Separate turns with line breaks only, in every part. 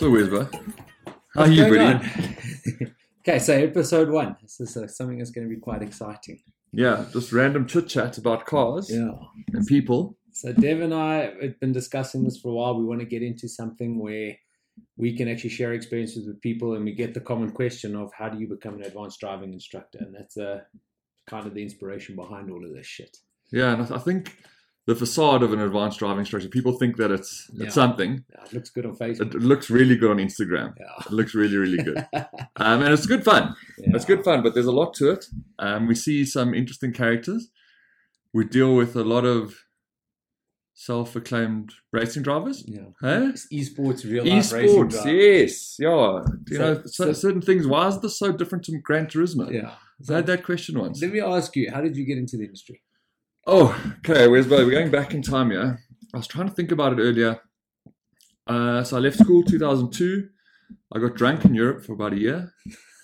the Whisper. How are you,
Going
Bridie?
on? okay, so episode one. This is uh, something that's going to be quite exciting.
Yeah, just random chit chat about cars
Yeah.
and people.
So Dev and I have been discussing this for a while. We want to get into something where we can actually share experiences with people, and we get the common question of how do you become an advanced driving instructor, and that's uh, kind of the inspiration behind all of this shit.
Yeah, and I I think the facade of an advanced driving instructor, people think that it's,
Yeah.
it's something.
Yeah, it looks good on
It
Facebook.
looks really good on Instagram.
Yeah.
It looks really, really good. um, and it's good fun. It's
Yeah.
good fun, but there's a lot to it. Um, we see some interesting characters. We deal with a lot of self-acclaimed racing drivers.
Yeah.
Huh?
It's esports, real life racing.
Esports,
drive.
yes, yeah. You
So-
know, so,
so-
certain things. Why is this so different to Gran Turismo?
Yeah.
I had that question once.
Let me ask you, how did you get into the industry?
Oh, okay. Where's We're going back in time, yeah. I was trying to think about it earlier. Uh, so I left school 2002. I got drunk in Europe for about a year,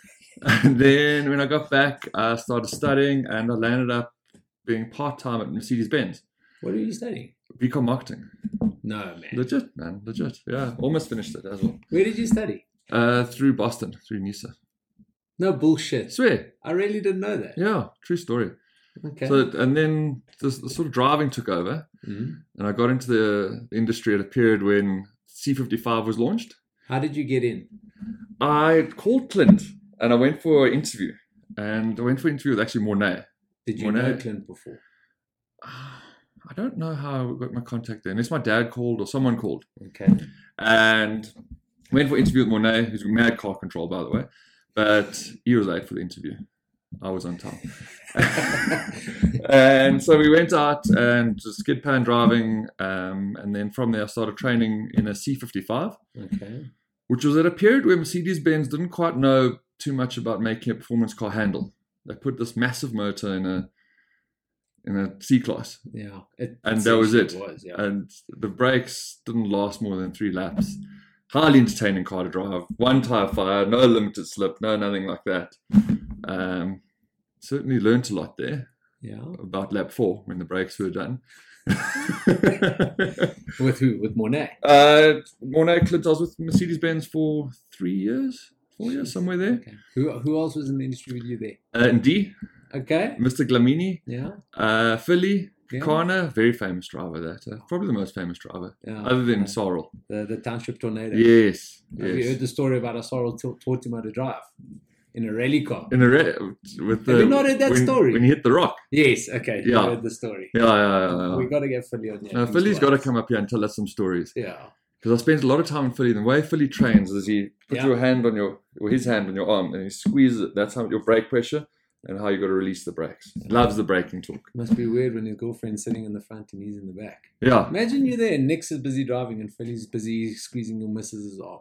and then when I got back, I started studying, and I landed up being part time at Mercedes Benz.
What are you studying?
Become marketing,
No, man.
legit, man, legit. Yeah, almost finished it as well.
Where did you study?
Uh, through Boston, through NISA.
No bullshit.
Swear,
I really didn't know that.
yeah, true story.
Okay.
So and then this, the sort of driving took over.
Mhm.
and I got into the industry at a period when C55 was launched.
How did you get in?
I called Clint and I went for an interview. And I went for an interview with actually Mornay.
Did you
When
know
I-
Clint before?
I don't know how I got my contact there, unless my dad called or someone called.
Okay.
And went for an interview with Mornay, who's mad car control, by the way. But he was late for the interview. I was on time. and so we went out and just get pan driving. Um, and then from there, I started training in a C55.
Okay.
which was at a period where Mercedes Benz didn't quite know too much about making a performance car handle. They put this massive motor in a in a C class,
Yeah. It,
And that was Uh,
essentially was, yeah.
and the brakes didn't last more than three laps. Highly entertaining car to drive. One tire fire, no limited slip, no nothing like that. Um, certainly learnt a lot there
yeah.
about lap four when the brakes were done.
With who? With Monet.
uh, Mornay Clint, I was with Mercedes Benz for three years, four years, somewhere there.
Okay. Who, who else was in the industry with you there?
Uh, and D,
Okay.
Mr. Glamini,
Yeah.
uh, Philly,
Yeah.
Kana, very famous driver that. Uh, probably the most famous driver,
Oh, Yeah.
other than
okay.
Sorrel.
the, the township tornado.
Yes.
Have you heard
yes.
the story about Asaro t- taught him how to drive in a rally car?
In the re- with the,
Have you not heard that
when,
story?
When he hit the rock.
Yes. Okay. You
Yeah.
heard the story.
Yeah, yeah, yeah. yeah.
Oh, We got to get Philly on there.
No, Philly's got to come up here and tell us some stories
Yeah.
because I spent a lot of time in Philly. The way Philly trains is he puts
Yeah.
your hand on your, or his hand on your arm, and he squeezes it. That's how your brake pressure and how you got to release the brakes. Loves the braking talk.
Must be weird when your girlfriend's sitting in the front and he's in the back.
Yeah,
Imagine you're there and Nick's is busy driving and Philly's busy squeezing your missus's arm.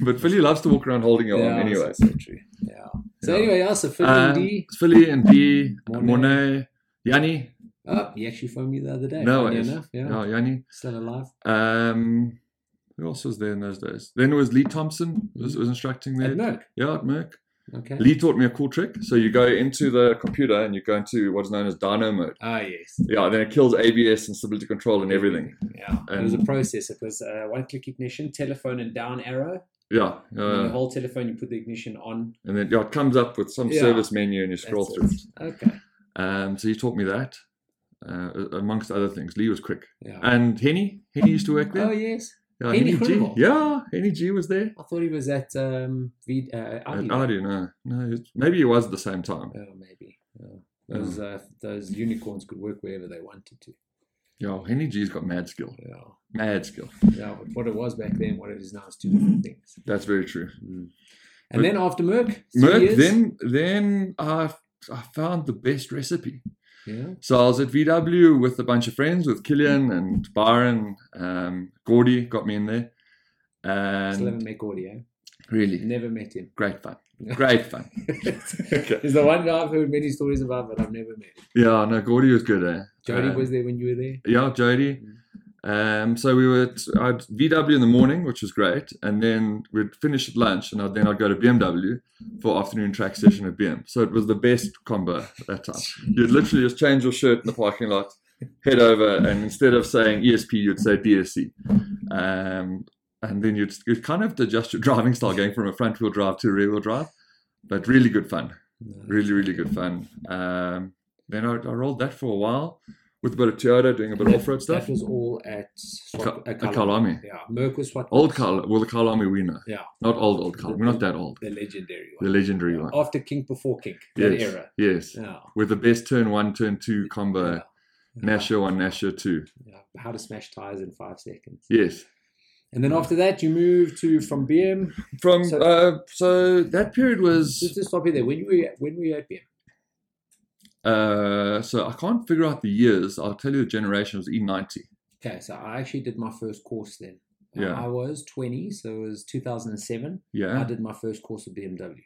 but Philly loves to walk around holding your arm
Yeah,
anyway.
So, so true. Yeah. So
Yeah.
anyway, yeah, so Philly
Um,
and D.
Philly and D,
Monet.
Monet, Yanni.
Oh, he actually phoned me the other day.
No,
funny
it's-
enough. Yeah.
Yeah, Yanni.
Still alive.
Um, who else was there in those days? Then it was Lee Thompson was, was instructing there.
At Merck.
Yeah, at Merck.
Okay.
Lee taught me a cool trick. So you go into the computer and you go into what's known as dyno mode.
Ah, yes.
Yeah, then it kills ABS and stability control and everything.
Yeah. it
And-
was a process. It was uh, one click ignition, telephone and down arrow.
Yeah,
and then the
uh,
whole telephone, you put the ignition on.
and then yeah, it comes up with some
Yeah.
service menu and you scroll
That's it.
through. It.
Okay.
Um, so he taught me that, uh, amongst other things. Lee was quick.
Yeah.
And Henny, Henny used to work there.
oh, yes.
Uh, Yeah,
Henny
Henny G.
Krummel.
Yeah, Henny G was there.
I thought he was at um, v- uh, Audi.
I, I don't know. No, it- maybe it was the same time.
Oh, maybe. Yeah. Those,
Um.
uh, those unicorns could work wherever they wanted to.
Yeah, Henny G's got mad skill.
Yeah.
Mad skill.
Yeah, but what it was back then, what it is now is two different things.
That's very true.
And then after Merck, three
Mm. Merck,
years?
then then I I found the best recipe.
yeah,
So I was at VW with a bunch of friends, with Killian and Byron, um, Gordy got me in there,
still haven't
and
met Audio.
really
Never met him.
great fun. Great fun. Okay.
He's the one guy I've heard many stories about, but I've never met him.
Yeah, no, Gordy was good. Eh?
Jody
Um,
was there when you were there.
Yeah, Jody. Um, so we were at I'd VW in the morning, which was great, and then we'd finish at lunch, and I'd, then I'd go to BMW for afternoon track session at BM. So it was the best combo that time. You'd literally just change your shirt in the parking lot, E head over, and instead of saying ESP, you'd say DSC. Um, and then you'd, you'd kind of have to adjust your driving style going from a front wheel drive to a rear wheel drive. But really good fun, really really good fun. Um, then I, I rolled that for a while with a bit of Toyota, doing a bit of off road stuff.
That was all at Swak-
Ka-
at
at
Kalahari.
Kalahari.
Yeah, Merck was what
Old Carl, well the Carl Army we know,
Yeah,
not old old Carl. We're not that old.
the legendary
The
one.
legendary one.
After Kink before Kink, that
Yes.
era.
Yes,
Yeah.
with the best turn one, turn two combo.
Yeah.
Nasher one, Nasher two.
Yeah. How to smash tires in five seconds.
Yes.
And then after that, you moved to from BM.
From
So-
uh, so that period
Just
was
to stop you there, when you were when were you at BM?
uh, so I can't figure out the years. I'll tell you the generation. It was E E90.
Okay, so I actually did my first course then. Uh,
Yeah.
I was 20, so it was 2007. I
Yeah.
did my first course at BMW.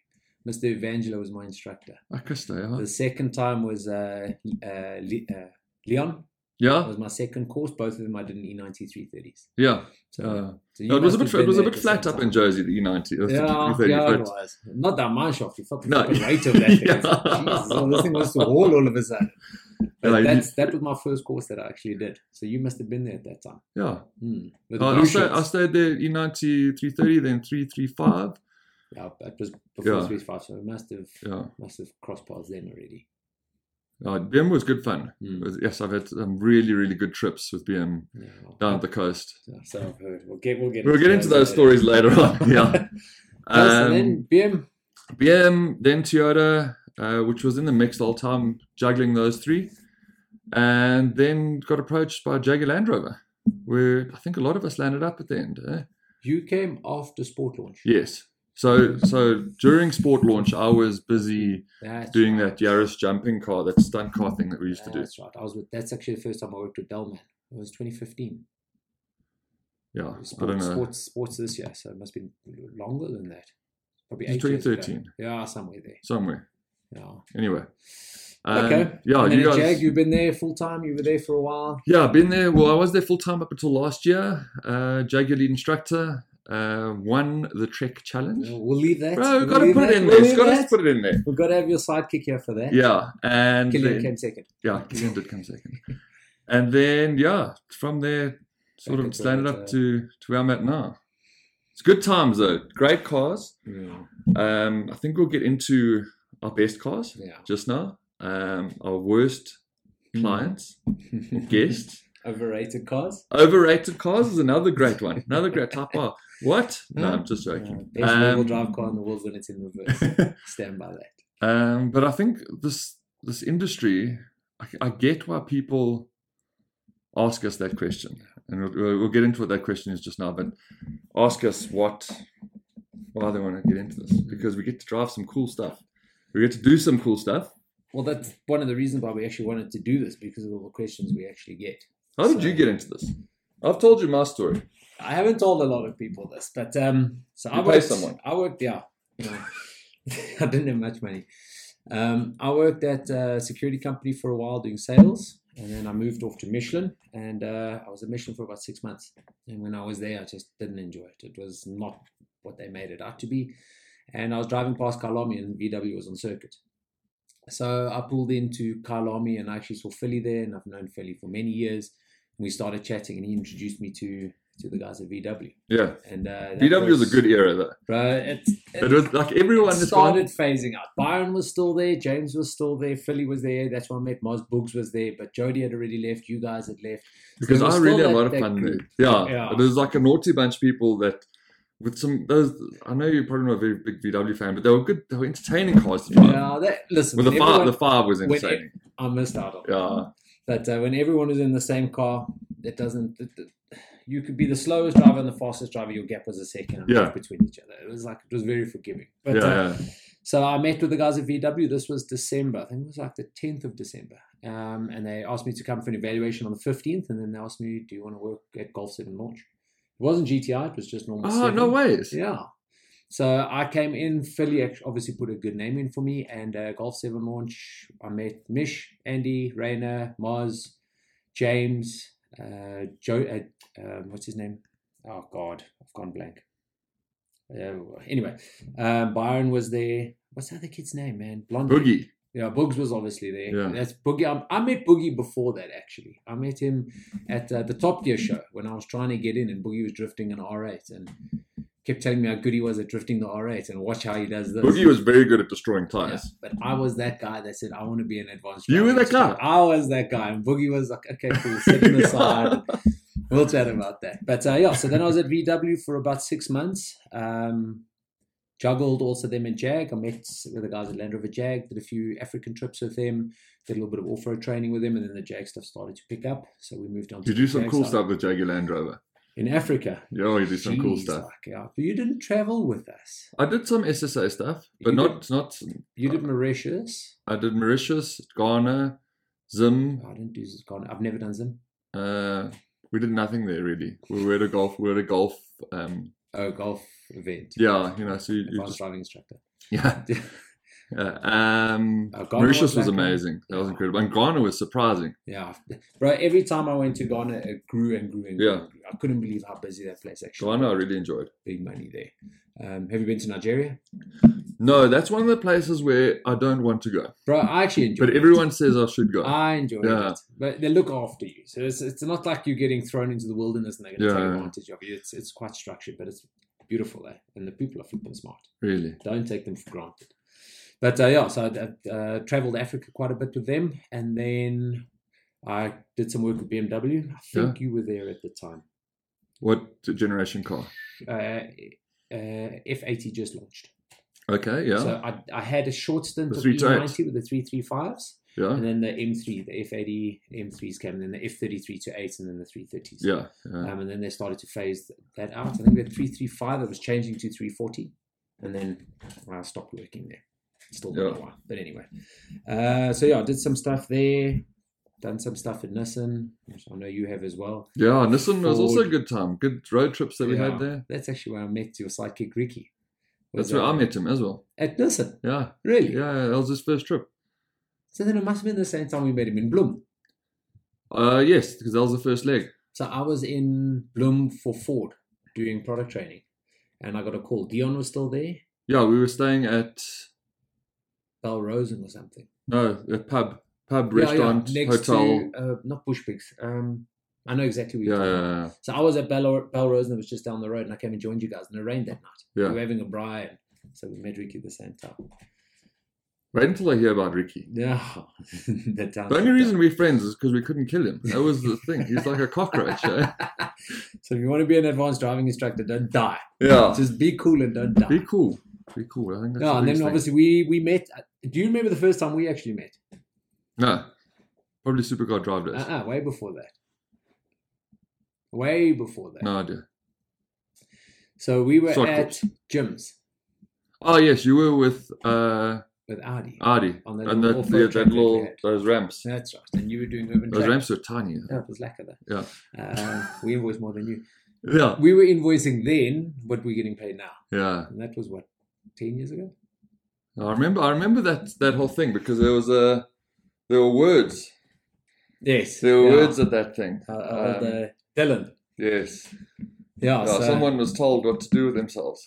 Mr. Evangelo was my instructor.
I guess they are.
The second time was uh, uh, Le- uh, Leon. That
Yeah.
was my second course. Both of them I did in E E9330s.
Yeah.
So,
Uh,
so
no, it was a
must
bit.
have
It was a
been
bit
there at
flat
the
up
same
in Jersey. The uh, E90. The
time. Yeah,
33,
yeah, it
but-
was. Not that much off. You felt the
No.
fucking weight of that thing. It's like,
Yeah.
Jesus, all this thing was to haul all of a sudden. But
Yeah, you-
that's, that was my first course that I actually did. So you must have been there at that time.
yeah. Uh,
Mm. With
Oh, I, I,
blue
stayed,
shirts.
I stayed there E90 330, then 335.
Yeah, that was before
Yeah.
three five, so it must have
Yeah.
must have crossed paths then already. Hmm.
Uh, BM was good fun. It was- yes, I've had some really, really good trips with BM
Yeah.
down the coast.
So- So I've heard. We'll get we'll get
We'll get into those
later.
stories later on. Um, Yeah.
Nice, and then BM.
BM, then Toyota, uh, which was in the mix the whole time, juggling those three. And then got approached by Jaguar Land Rover, where I think a lot of us landed up at the end. Eh?
You came after sport launch.
Yes. So, so during sport launch, I was busy
That's
doing
right.
that Yaris jumping car, that stunt car thing that we used to do.
That's right. I was with that's actually the first time I worked with Bellman. It was twenty fifteen.
Yeah,
Sports,
I don't know.
sports sports this year, so it must be longer than that. Probably
It's
eight years ago.
2013.
Yeah, somewhere there.
Somewhere.
Yeah.
Anyway. Um,
okay.
Yeah,
and then
you
at
guys.
Jag, you've been there full time, you were there for a while.
Yeah, been there. Well, I was there full time up until last year. Uh, Jaguar lead instructor uh, won the Trek Challenge.
We'll we'll leave that.
Bro,
we'll
got to
leave
put
that,
it in
we'll
there.
leave
Got to
that.
put it in there.
We've got to have your sidekick here for that.
Yeah, and
Killian
then,
came second.
yeah, Killian did come second. And then yeah, from there,
Back
sort of
into
slanted
it,
up
uh,
to to where I'm at now. It's good times though. Great cars.
Yeah.
Um, I think we'll get into our best cars just now. Um, our worst
Hmm.
clients, guests.
Overrated cars.
Overrated cars is another great one. Another great type of what? No, I'm just
Uh,
joking.
best
Um,
all-wheel drive car in the world when it's in reverse. Stand by that.
Um, but I think this this industry, I, I get why people ask us that question, and we'll- we'll, we'll get into what that question is just now. But ask us what why they want to get into this because we get to drive some cool stuff. We get to do some cool stuff.
Well, that's one of the reasons why we actually wanted to do this because of all the questions we actually get.
How did
So-
you get into this? I've told you my story.
I haven't told a lot of people this, but um, so I
You pay
worked.
someone.
I worked. Yeah, you know, I didn't have much money. Um, I worked at a security company for a while doing sales, and then I moved off to Michelin, and uh, I was at Michelin for about six months. And when I was there, I just didn't enjoy it. It was not what they made it out to be. And I was driving past Kalami, and VW was on circuit. So I pulled into Kalami, and I actually saw Philly there, and I've known Philly for many years. We started chatting, and he introduced me to to the guys at VW.
Yeah,
And uh, that
VW was a good era though.
bro. It, it,
It was like everyone is
started phasing out. Byron was still there. James was still there. Philly was there. That's when I met Moz. Boogs was there, but Jody had already left. You guys had left.
because
there was
I
still
really had a
that-
lot of
that
fun
group.
there. Yeah,
Yeah.
it was like a naughty bunch of people that with some those. I know you're probably not a very big VW fan, but they were good. They were entertaining cars to drive.
Yeah, that, listen.
Well, the
when
five,
everyone-
the five was
when
insane.
I missed out on. it.
Yeah,
But uh, when everyone is in the same car, it doesn't. It, it- you could be the slowest driver and the fastest driver. Your gap was a second and a
Yeah.
half between each other. It was like it was very forgiving. But
yeah,
uh,
yeah.
So I met with the guys at VW. This was December. I think it was like the 10th of December. Um, and they asked me to come for an evaluation on the 15th. And then they asked me, do you want to work at Golf 7 launch? It wasn't GTI. It was just normal.
Oh
7.
no ways.
Yeah. So I came in. Philly act- obviously put a good name in for me. And uh, Golf 7 launch, I met Mish, Andy, Rainer, Moz, James, uh, Joe, uh, um, what's his name? Oh, God, I've gone blank. Uh, anyway, um, Byron was there. What's the other kid's name, man? Blondie.
Boogie.
Yeah, Boogs was obviously there.
Yeah.
That's Boogie. I, I met Boogie before that, actually. I met him at uh, the Top Gear show when I was trying to get in, and Boogie was drifting an R8 and kept telling me how good he was at drifting the R8 and watch how he does this.
Boogie was very good at destroying
Yeah,
tires.
but I was that guy that said, I want to be an advanced
You were
driving
that guy.
instructor." I was that guy. And Boogie was like, okay, cool, sit on the
Yeah.
side. We'll chat about that. But uh, yeah, so then I was at VW for about six months. Um, juggled also them in Jag. I met with the guys at Land Rover Jag, did a few African trips with them, did a little bit of off road training with them, and then the Jag stuff started to pick up. So we moved on to
You do
the
some
Jag
cool stuff with Jaguar Land Rover.
in Africa.
Yeah, you do some cool
Jeez,
stuff.
like, yeah. But you didn't travel with us.
I did some SSA stuff, but
You
not not.
You
Oh.
did Mauritius.
I did Mauritius, Ghana, Zim.
I didn't do Ghana. I've never done Zim.
Uh, we did nothing there really. We were at a golf. We were at a golf. Um,
Oh, golf event.
yeah, you know. So you, you
advanced
just
driving instructor.
yeah. yeah. Um,
Uh, Ghana
Mauritius
was
was
like a-
amazing. That was incredible, and Ghana was surprising.
Yeah, bro. Every time I went to Ghana, it grew and grew and grew.
Yeah.
and grew. I couldn't believe how busy that place actually.
Ghana, I really enjoyed.
Big money there. Um, have you been to Nigeria,
No, that's one of the places where I don't want to go,
bro? I actually enjoyed.
but
it.
everyone says I should go.
I enjoyed
Yeah.
it, but they look after you, so it's, it's not like you're getting thrown into the wilderness and they're going to
Yeah.
take advantage of you. It's it's quite structured, but it's beautiful there, and the people are flipping smart.
really.
don't take them for granted. But uh, yeah, so I uh, traveled Africa quite a bit with them, and then I did some work with BMW. I think you were there at the time.
What generation car?
Uh, uh, F80 just launched,
Okay, yeah,
so I, I had a short stint
The
of
three types.
E90 with the 335s,
yeah,
and then the M3, the F80 M3s came, and then the F33 to 8, and then the 330s.
yeah, yeah.
Um, and then they started to phase that out. I think we had 335 that was changing to 340. And then I stopped working there. Still don't know why. But anyway. Uh, so yeah, I did some stuff there. Done some stuff at Nissan, which I know you have as well.
Yeah, Nissan was also a
Ford.
good time. Good road trips that we
Yeah,
had there.
That's actually where I met your sidekick Ricky. Was
That's where I
at-
met him as well.
At Nissan,
Yeah,
really?
yeah, that was his first trip.
So then it must have been the same time we met him in Bloom.
Uh, yes, because that was the first leg.
So I was in Bloom for Ford doing product training. And I got a call. Dion was still there,
Yeah, we were staying at
Bell Rosen or something.
no a pub, pub
Yeah, yeah,
restaurant
next
hotel.
To, uh, not Bush Pigs. Um, I know exactly where
Yeah,
you're talking about.
yeah,
So I was at Bell, Bell Rose and it was just down the road, and I came and joined you guys, and it rained that night.
yeah,
We were
yeah.
having a briar, so we met Ricky at the same time.
Wait until I hear about Ricky.
Yeah, that time.
The only reason we're friends is because we couldn't kill him. That was the thing. He's like a cockroach. eh?
so if you want to be an advanced driving instructor, don't die.
Yeah.
Just be cool and don't die.
Be cool. Be cool. I think that's
No, and
the
then
biggest thing.
obviously we we met. uh, Do you remember the first time we actually met?
no, probably supercar drive days.
Uh-uh, way before that. Way before that.
No idea.
So we were
Cycles.
at gyms
Oh yes, you were with uh
with Audi.
Ardy
on that
and
little
that,
off-road
yeah,
track
that
that we
little
had.
those ramps.
That's right. And you were doing urban
Those
track.
ramps are tiny.
Yeah, it was lack of that.
Yeah.
Um, we invoiced more than you.
Yeah,
We were invoicing then, but we're getting paid now.
yeah.
And that was what, 10 years ago?
I remember. I remember that that whole thing because there was a there were words.
Yes.
There were
yeah.
words at that thing.
Uh, uh,
Um,
the Dylan.
Yes.
Yeah,
Yeah,
so,
someone was told what to do with themselves.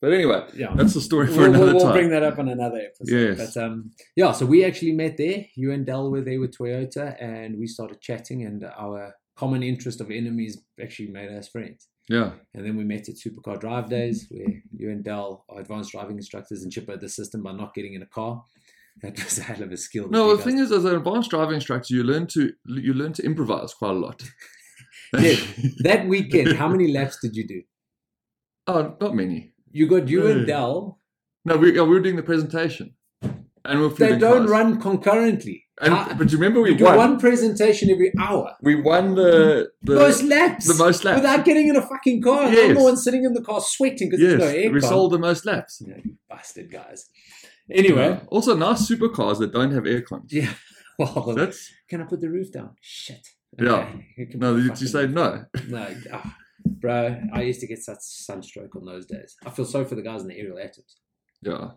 But anyway,
Yeah.
that's the story for
We'll,
another
we'll, we'll
time.
bring that up on another episode.
Yes.
But um, yeah, so we actually met there. You and Dell were there with Toyota, and we started chatting, and our common interest of enemies actually made us friends.
yeah,
And then we met at Supercar Drive Days,
Mm-hmm.
where you and Dal are advanced driving instructors and chip out the system by not getting in a car. That was a hell of a skill. that
no.
you
The
guys-
thing is, as an advanced driving instructor, you learn to you learn to improvise quite a lot.
Yes. that weekend, how many laps did you do?
oh, not many.
You got you and
No.
Dal.
No, we, yeah, we were doing the presentation, and we we're
They
flipping
don't
cars.
run concurrently.
And,
Ah,
but you remember we
you do
won.
one presentation every hour.
We won the the
most laps.
the most laps.
Without getting in a fucking car. I'm
Yes.
the one sitting in the car sweating because
yes,
there's no air.
we sold the most laps.
No, you bastard guys. Anyway.
also nice supercars that don't have air cons.
Yeah. Well,
That's
can I put the roof down? Shit.
Yeah.
You can
no.
put the
You, you
fucking
say no.
No, ah, bro, I used to get such sunstroke on those days. I feel sorry for the guys in the aerial atoms.
Yeah,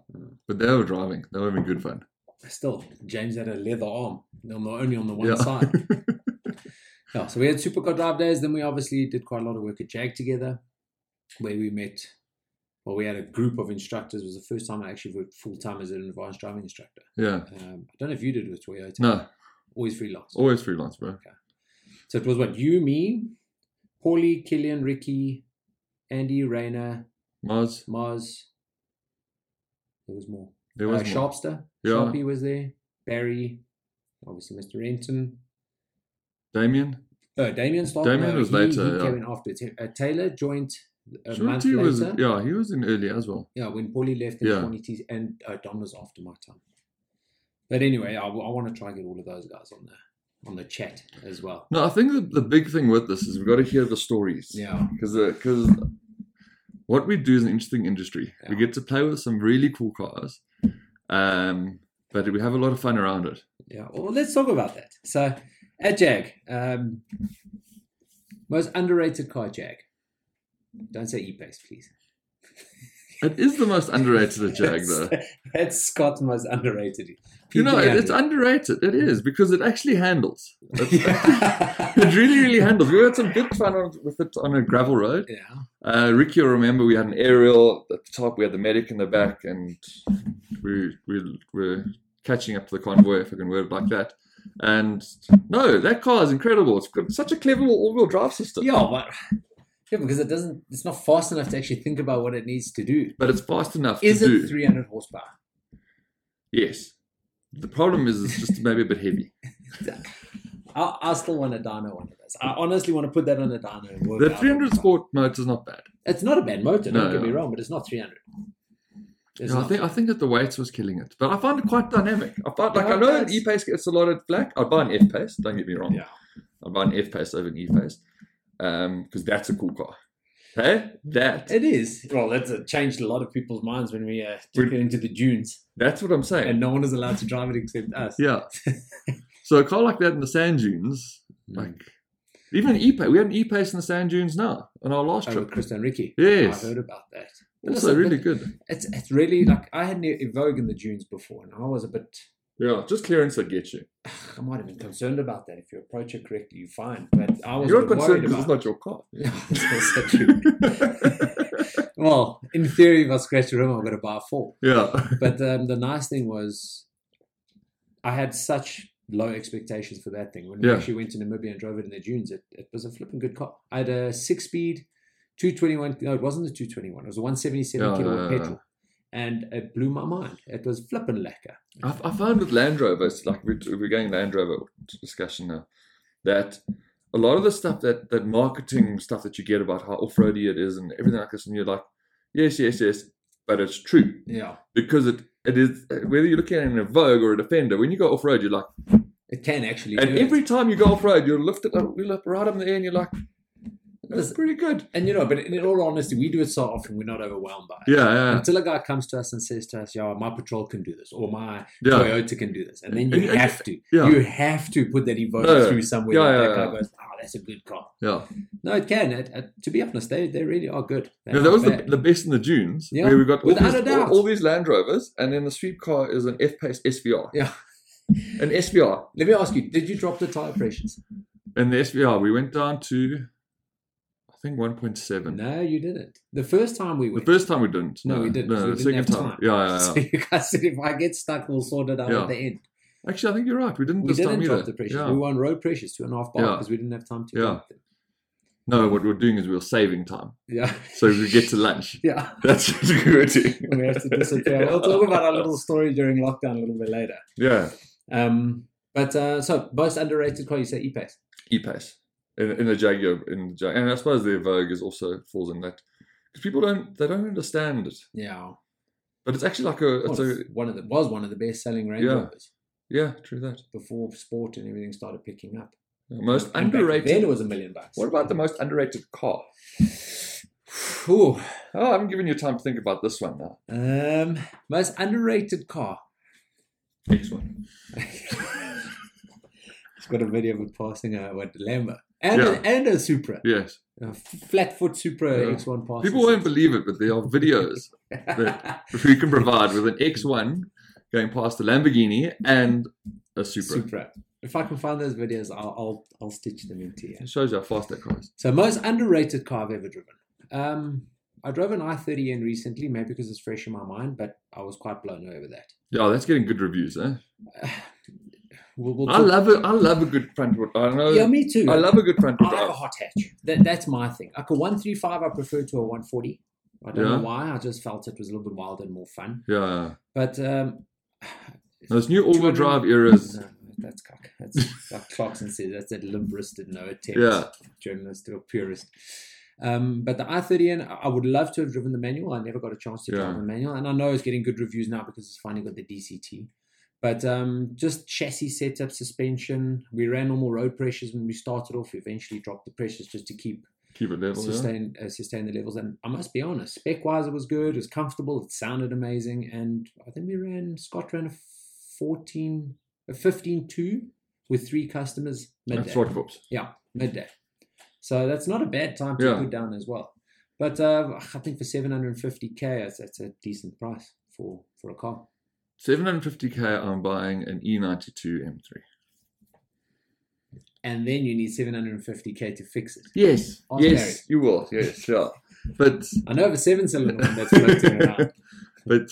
but they were driving. They were having good fun.
Still, James had a leather arm, no, no, only on the one
Yeah.
side. yeah, so we had supercar drive days. Then we obviously did quite a lot of work at Jag together, where we met well, we had a group of instructors. It was the first time I actually worked full time as an advanced driving instructor.
Yeah.
Um, I don't know if you did with Toyota.
No,
Always freelance.
always freelance, bro.
So it was what you, me, Paulie, Killian, Ricky, Andy, Rayner,
Mars,
Mars. There was more.
there was
uh,
more.
Sharpster.
Yeah.
Sharpie was there. Barry, obviously Mr. Renton.
Damien.
Uh, Damien started.
Damien
no,
was
he,
later,
He
yeah.
came in afterwards. Uh, Taylor joined uh, a month
Shorty
later.
was, yeah, he was in early as well.
Yeah, when Paulie left and
Yeah.
Johnny T's and uh, Don was after my time. But anyway, I, want to try and get all of those guys on the on the chat as well.
No, I think the, the big thing with this is we've got to hear the stories.
Yeah,
Because because what we do is an interesting industry. We
Yeah.
get to play with some really cool cars, um, but we have a lot of fun around it.
yeah. Well, let's talk about that. So, at Jag, um, most underrated car Jag. Don't say E-Pace, please.
It is the most underrated of Jag, though.
That's- That's Scott's most underrated.
You know, it, it's
PPM.
underrated. It is because it actually handles. It, it really, really handles. We had some good fun on, with it on a gravel road.
yeah.
Uh, Ricky, will remember we had an aerial at the top, we had the medic in the back, and we we were catching up to the convoy, if I can word it like that. And no, that car is incredible. It's got such a clever all-wheel drive system.
Yeah, but yeah, because it doesn't. It's not fast enough to actually think about what it needs to do.
But it's fast enough
Is
to do.
it 300 horsepower?
yes. The problem is it's just maybe a bit heavy.
I, I still want a dyno one of those. I honestly want to put that on a dyno. And work
The
out
300
what-
Sport motor is not bad.
It's not a bad motor.
No,
don't get me
no.
wrong, but it's not 300. It's
Yeah, I
not.
think I think that the weights was killing it, but I found it quite dynamic. I found like
Yeah,
I know
it
an
does.
E pace gets a lot of black. I'd buy an F pace. Don't get me wrong.
yeah.
I'd buy an F pace over an E pace because that's a cool car. Hey, that
It is. Well, that's uh, changed a lot of people's minds when we uh, took it into the dunes,
that's what I'm saying.
and no one is allowed to drive it except us.
yeah. so a car like that in the sand dunes,
Mm.
like even an E pace. We had an E pace in the sand dunes now on our last
Over
trip.
Chris and Ricky.
Yes.
I heard about that. Oh, But
Also
listen,
really
but
good.
It's it's really like I had near Evogue in the dunes before, and I was a bit.
Yeah, just clearance will get you.
I might have been concerned about that. If you approach it correctly, you find. But I was
You're
a
not
bit
concerned
worried
because it's
about.
not your car.
That's also true. Well, in theory, if I scratch a rim, I'm going to buy a four.
yeah.
But um, the nice thing was, I had such low expectations for that thing. When we
Yeah.
actually went to Namibia and drove it in the dunes, it, it was a flipping good car. I had a six speed, 221. No, it wasn't the 221. It was a 177
Yeah,
kilowatt
yeah, yeah.
petrol. And it blew my mind. It was flipping lacquer.
I, I found with Land Rovers, like we're, we're going Land Rover discussion now, that a lot of the stuff that that marketing stuff that you get about how off roady it is and everything like this, and you're like, yes, yes, yes, but it's true
Yeah.
because it it is whether you're looking at an Vogue or a Defender. When you go off road, you're like,
It can actually.
and
do it.
every time you go off road, you're lifted up, you're up right up in the air, and you're like, that's
Listen,
pretty good.
And you know, but in all honesty, we do it so often, we're not overwhelmed by it.
Yeah, yeah,
Until a guy comes to us and says to us, "Yeah, my patrol can do this, or my
yeah.
Toyota can do this," and then
And-
you
and-
have to,
yeah.
you have to put that Evoque
No.
through somewhere.
Yeah,
that
yeah,
that guy
yeah.
goes, "Oh, that's a good car."
yeah.
No, it can. It, it- to be honest, they they really are good. They're
Yeah, that
not
was the,
bad.
the best in the dunes.
Yeah,
where we got all
without
these,
a doubt.
all, all these Land Rovers, and then the sweep car is an F Pace SVR.
Yeah.
an SVR.
Let me ask you: Did you drop the tire pressures?
And the SVR, we went down to, I think 1.7.
No, you didn't. The first time we
The
went,
first time we didn't.
No, we didn't,
No,
because
the
we
second
didn't have
time.
time.
Yeah, yeah, yeah.
so you guys said, "If I get stuck, we'll sort it out
Yeah.
at the end."
Actually, I think you're right. We didn't
We
this
didn't
time
drop
either.
the pressures.
yeah.
We were on road pressures, two and a half bar,
Yeah.
because we didn't have time to.
Yeah.
drop them.
No, what we we're doing is we were saving time.
yeah,
So we get to lunch.
yeah.
That's what we were doing.
we have to disappear. We'll talk about our little story during lockdown a little bit later.
Yeah,
Um, but uh, so most underrated car you say E-Pace.
E-Pace. In, in the Jaguar. In the Jag- and I suppose their Vogue is also falls in that. Because people don't, they don't understand it.
Yeah,
But it's actually like a, it's
Well,
a,
it's one of the was one of the best selling Range
Yeah.
Rovers
yeah, true that.
before sport and everything started picking up.
Most
And back Then
underrated.
it was a million bucks.
What about the most underrated car?
Ooh,
Oh, I haven't given you time to think about this one now.
um, most underrated car.
Next one.
It's got a video of it passing a what Lambo and
Yeah.
a, and a Supra,
Yes.
a f- flat foot Supra
Yeah.
X1 passes.
People won't believe it, but there are videos that we can provide with an X1 going past a Lamborghini and a Supra.
Supra. If I can find those videos, I'll I'll, I'll stitch them into you.
It shows you how fast that car is.
So most underrated car I've ever driven. Um, I drove an i30N recently, maybe because it's fresh in my mind, but I was quite blown away with that.
Yeah, that's getting good reviews, eh?
We'll, we'll
I
talk-
love it. I love a good front wheel. I know.
Yeah, me too.
I love a good front wheel
I have a
drive.
hot hatch. That, that's my thing. Like a 135, I prefer to a 140. I don't
Yeah.
know why. I just felt it was a little bit wilder and more fun.
Yeah,
But um,
Now, this new all-wheel
200
drive era is
no, that's cock. That's like Clarkson says. That's that liberalistic no attempt
Yeah.
journalist or purist. Um, but the i30N, I I would love to have driven the manual. I never got a chance to drive
Yeah.
the manual, and I know it's getting good reviews now because it's finally got the DCT. But um, just chassis setup, suspension. We ran normal road pressures when we started off. We eventually dropped the pressures just to keep
keep it level. Yeah.
sustain uh, sustain the levels. And I must be honest, spec wise, it was good. It was comfortable. It sounded amazing. And I think we ran Scott ran a fourteen, a fifteen two with three customers
Yeah,
midday.
short fops.
midday. So that's not a bad time to
Yeah.
put down as well. But uh, I think for seven hundred and fifty k, that's a decent price for for a car.
750k. I'm buying an E E92 M3.
And then you need seven hundred and fifty k to fix it.
Yes.
Ask
yes,
Gary.
you will. Yes, yeah. But
I know of a seven cylinder one that's floating around.
but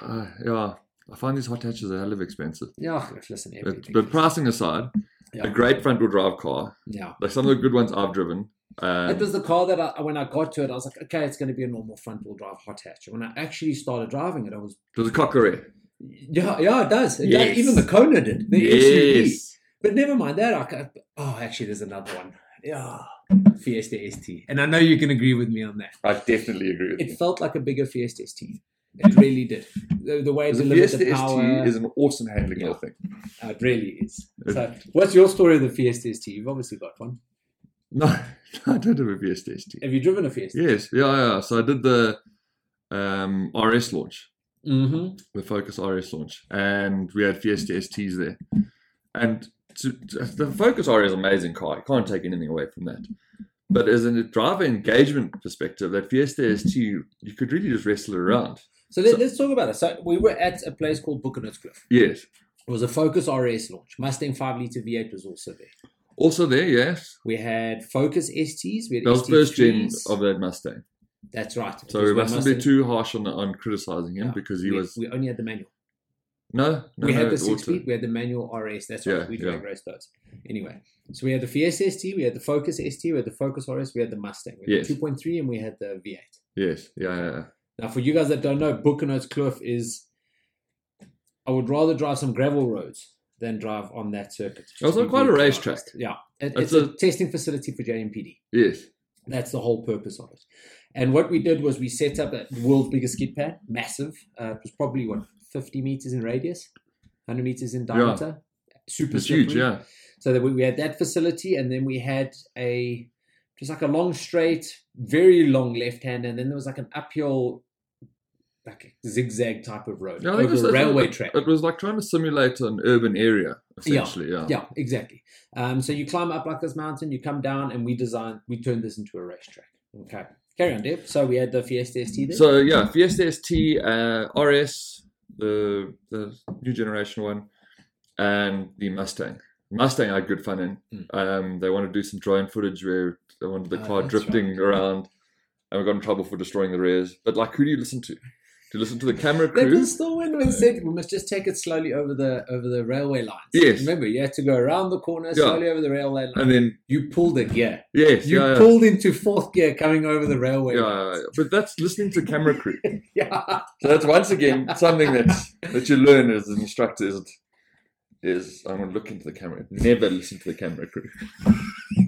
uh, yeah, I find these hot hatches a hell of expensive.
Yeah, listen,
But,
everything.
but pricing aside,
Yeah.
a great front wheel drive car.
yeah.
Like some of the good ones I've driven. Um,
It was the car that I, when I got to it, I was like, okay, it's going to be a normal front wheel drive hot hatch. When I actually started driving it, I was,
there's a Cockeret.
yeah, yeah, it does. It
Yes.
does. Even the Kona did. The SUV.
Yes.
But never mind that. I ca- oh, actually, there's another one. Yeah. Fiesta ST. And I know you can agree with me on that.
I definitely agree with
It felt like a bigger Fiesta ST. It really did. The, the way it
The
delivered
Fiesta
the power.
ST is an awesome handling
Yeah.
little thing.
Oh, it really is. So, what's your story of the Fiesta ST? You've obviously got one.
No, I don't have a Fiesta ST.
Have you driven a Fiesta?
Yes, yeah, yeah. So I did the um, RS launch,
Mm-hmm.
the Focus RS launch, and we had Fiesta STs there. And to, to- the Focus RS is an amazing car. You can't take anything away from that. But as a driver engagement perspective, that Fiesta ST, you could really just wrestle around.
So, let,
So-
let's talk about it. So, we were at a place called Cliff.
Yes.
It was a Focus RS launch. Mustang 5 litre V8 was also there.
Also there, yes.
We had Focus STs. We had
That was
ST3s.
first gen of that Mustang.
That's right. It
So
was
we
when
mustn't be
Mustang-
too harsh on, on criticizing him
Yeah.
because he
we,
was
We only had the manual.
no, no,
we
no,
had the
it's
six
auto.
speed. We had the manual RS. That's
Yeah,
right. We
yeah.
drag raced those. Anyway, so we had the Fiesta ST. We had the Focus ST. We had the Focus RS. We had the Mustang. We had
Yes.
the 2.3 and we had the V8.
Yes, yeah, yeah, yeah.
Now, for you guys that don't know, Buchanan's Kloof is. I would rather drive some gravel roads than drive on that circuit.
It was
To be
quite a
brutally
racetrack.
honest. Yeah, It- it's
It's
a testing facility for JMPD.
yes,
That's the whole purpose of it. And what we did was we set up that world's biggest skid pad, massive. Uh, it was probably what fifty meters in radius, hundred meters in diameter. Super
it's huge.
slippery.
Yeah,
So that we, we had that facility, and then we had a just like a long straight, very long left hand, and then there was like an uphill, like a zigzag type of road
yeah I think
over a
it's-
railway
it-
track.
It was like trying to simulate an urban area essentially. Yeah,
Yeah, exactly. Um, so you climb up like this mountain, you come down, and we designed, we turned this into a racetrack. Okay, carry on, Deb. So we had the Fiesta ST there.
So yeah, Fiesta ST, uh, RS, the the new generation one, and the Mustang. Mustang I had good fun in.
Mm.
Um, they wanted to do some drone footage where they wanted the
Ah,
car
that's
drifting around, and we got in trouble for destroying the rears. But like, who do you listen to? Do you listen to the camera
that
crew?
was the one we said we must just take it slowly over the over the railway lines.
Yes.
Remember, you had to go around the corner
Yeah.
slowly over the railway line.
And then
You pulled a gear.
yes,
You
yeah, yeah.
pulled into fourth gear coming over the railway.
yeah, but that's listening to camera crew.
yeah.
So that's once again something that that you learn as an instructor is is I'm gonna look into the camera. Never listen to the camera crew.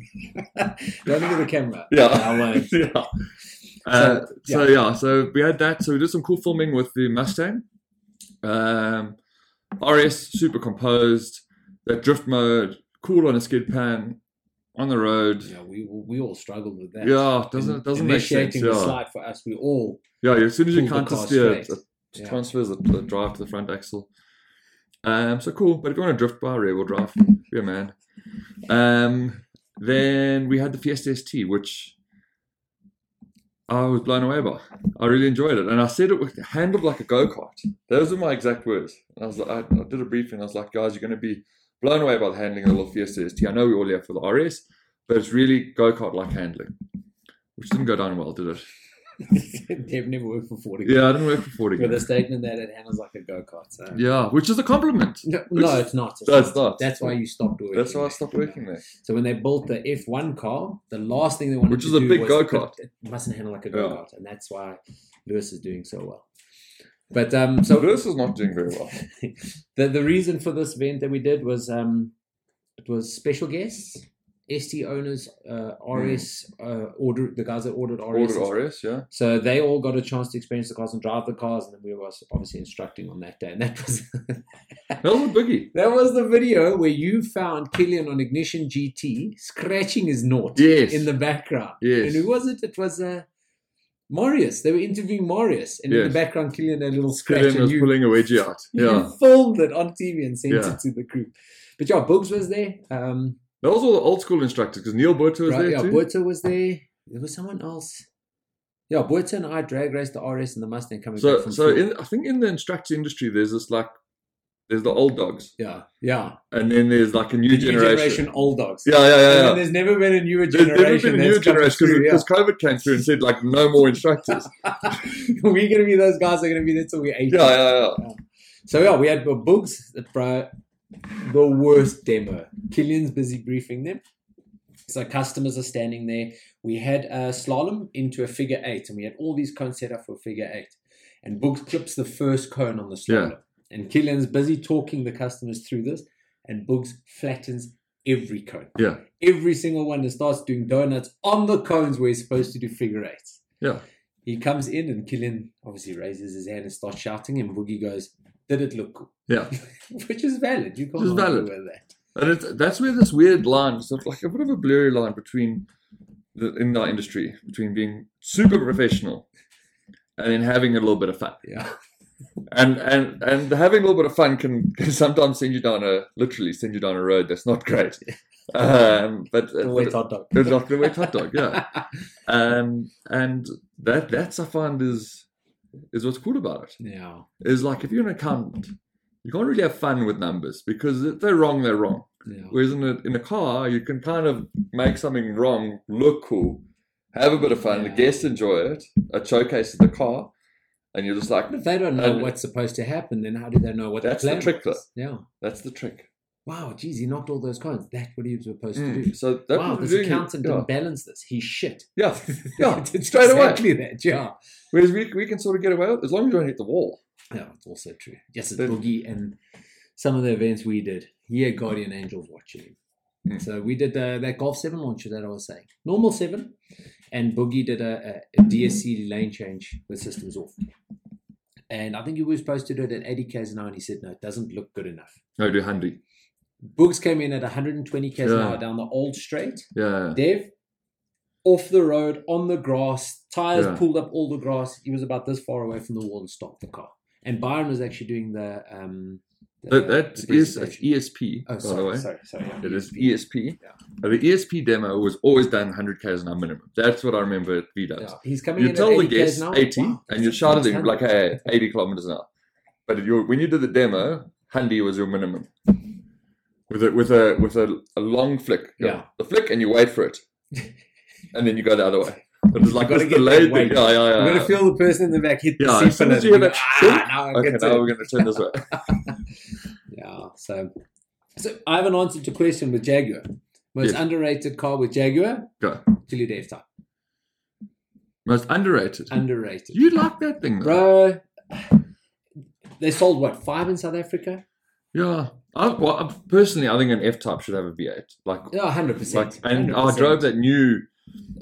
Don't look at the camera.
Yeah,
I won't.
yeah. Uh, so,
So,
yeah. so we had that. So we did some cool filming with the Mustang. Um, RS super composed. That drift mode, cool on a skid pan, on the road.
Yeah, we we all struggled with that.
Yeah, doesn't it doesn't make sense.
Initiating the
Yeah.
slide for us, we all
yeah, as soon as you
pulled the
can't
car
steer, it,
straight.
it
Yeah.
transfers the, the drive to the front axle. Um, so cool. But if you want to drift by rear wheel drive, be a man. Um, then we had the Fiesta ST, which I was blown away by. I really enjoyed it, and I said it was handled like a go kart. Those were my exact words. And I was like, I, I did a briefing. I was like, guys, you're going to be blown away by the handling of the little Fiesta ST. I know we all here for the RS, but it's really go kart like handling, which didn't go down well, did it?
They've never worked for Ford again.
Yeah, I didn't work for Ford
With
again.
a statement that it handles like a go kart. So.
Yeah, which is a compliment.
No,
Which
no,
is-
it's not. It's
No,
not.
it's not.
That's why you stopped working.
That's why I
there.
stopped working there.
So when they built the F1 car, the last thing they wanted
Which
to
is a
do
big
was
go-kart.
It mustn't handle like a
Yeah.
go kart, and that's why Lewis is doing so well. But um, so
this is not doing very well.
the the reason for this event that we did was um, it was special guests, ST owners, uh, RS uh, order the guys that ordered RS.
Hmm. Ordered RS, yeah.
So they all got a chance to experience the cars and drive the cars, and then we were obviously instructing on that day, and that was
That was a biggie.
That was the video where you found Killian on Ignition GT scratching his knot
Yes.
in the background.
Yes.
And who was it? It was uh, Marius. They were interviewing Marius. And in
Yes.
the background, Killian had a little scratch.
Killian
and
was
you,
pulling a wedgie out.
you
Yeah.
filmed it on TV and sent
Yeah.
it to the group. But yeah, Bugs was there. Um,
That was all the old school instructors because Neil Burto was
right,
there
yeah,
too.
Buerta was there. There was someone else. Yeah, Buerta and I drag raced the RS and the Mustang coming back
so
from
so
field.
in, I think in the instructor industry, there's this like, there's the old dogs
yeah, yeah.
and then there's like a new,
The
generation.
old dogs.
Yeah, yeah,
And
yeah.
then
yeah.
there's never been a newer
There's
generation.
never been a new
that's come
generation
through, yeah.
because COVID came through and said like no more instructors.
we're gonna be those guys that are gonna be there till we're 80.
yeah, yeah, yeah.
So yeah, we had the Bugs, bro, the worst demo. Killian's busy briefing them. So customers are standing there. We had a slalom into a figure eight, and we had all these cones set up for figure eight. And Bugs clips the first cone on the slalom, and Killian's busy talking the customers through this, and Bugs flattens every cone.
Yeah.
every single one, and starts doing donuts on the cones where he's supposed to do figure eights.
Yeah.
He comes in and Killian obviously raises his hand and starts shouting, and Boogie goes, Did it look cool?
Yeah.
Which is valid. You can't
Which is
argue
valid.
with that.
And it's, that's where this weird line, so it's like a bit of a blurry line between the, in our industry, between being super professional and then having a little bit of fun.
Yeah.
And and and having a little bit of fun can, can sometimes send you down a literally send you down a road that's not great. Um, but
The wet hot dog.
it's like the wet hot dog, yeah. Um, and that that's I find is is what's cool about it
Yeah.
is like if you're an accountant, you can't really have fun with numbers because if they're wrong, they're wrong.
Yeah.
Whereas in a, in a car, you can kind of make something wrong look cool, have a bit of fun,
Yeah.
the guests enjoy it, it showcases the car, and you're just like,
But if they don't know
And-
what's supposed to happen, then how do they know what
That's
the
the
plan
trick,
was? Yeah.
that's the trick.
Wow, geez, he knocked all those cones. That's what he was supposed to do.
Mm. So that
Hmm. Wow,
was
this
really-
accountant
yeah.
didn't balance this. He's shit.
yeah. Yeah,
it's
straight away.
exactly that. Yeah.
Whereas we, we can sort of get away with as long as you don't hit the wall.
Yeah, it's also true. Yes, it's
But-
Boogie and some of the events we did. He had Guardian Angels watching him.
Mm.
So we did uh, that Golf 7 launcher that I was saying. Normal 7. And Boogie did a, a, a DSC lane change with systems off. And I think you were supposed to do it at 80 k's an hour. And he said, no, it doesn't look good enough.
No, do handy.
Boogs came in at 120 k's an
Yeah.
hour down the old straight.
Yeah.
Dev, off the road, on the grass, tires
Yeah.
pulled up all the grass. He was about this far away from the wall and stopped the car. And Byron was actually doing the. Um, the
That, that
the
is that's
presentation.
ESP,
Oh,
by the
sorry, E
way.
sorry, sorry. yeah.
It is E ESP.
Yeah.
Uh, The ESP demo was always done 100 k's an hour minimum. That's what I remember at VDubs.
Yeah, He's coming
you
in
tell
at
the
80 k's
guests
an hour.
80
Wow,
and
that's
you shout at them
fantastic.
like hey 80 kilometers an hour but if you when you did the demo handy was your minimum with a with a with a, a long flick
Yeah.
the flick and you wait for it and then you go the other way it was like
You gotta
this
get
delayed
that
thing.
weight.
yeah yeah
You're
yeah
going to feel the person in the back hit the
uh, Yeah,
seat
as soon
pedal
as
and
you
go,
hit
ah, now I
okay
get
now
to.
we're going to turn this way
Yeah, so. So I have an answer to question with Jaguar. Most
Yes.
underrated car with Jaguar?
go
Tilly Dev type.
most underrated
Underrated.
you like that thing though.
Bro, they sold what, five in South Africa?
yeah I, well, I- personally I think an F-type should have a V8 like
Yeah, hundred percent.
like and I drove that new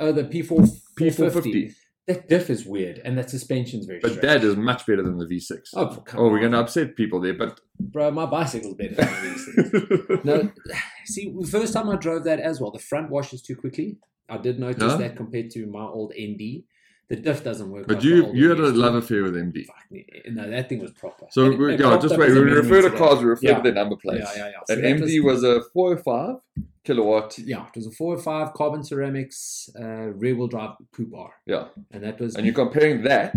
Oh, the P four P four fifty.
P450
That diff is weird, and that suspension's very.
but
straight.
that is much better than the V6
oh, come
Oh, we're
on.
going to upset people there, but
bro, my bicycle's better. Than these things. no, see, the first time I drove that as well, the front washes too quickly. I did notice
No?
that compared to my old ND, the diff doesn't work.
but
like the
you
old
you had a
NDs.
love affair with MD.
Fuck me. No, that thing was proper.
So
And it-
we,
it
yeah,
popped
just
up
wait.
as
We
a memory
refer to
today.
cars, we refer
Yeah.
to their number
Yeah,
plates.
yeah, yeah. So
And
that
MD was, a 405 kilowatt.
yeah, it was a four or five carbon ceramics uh, rear wheel drive coupe R,
Yeah,
and that was
and you're comparing that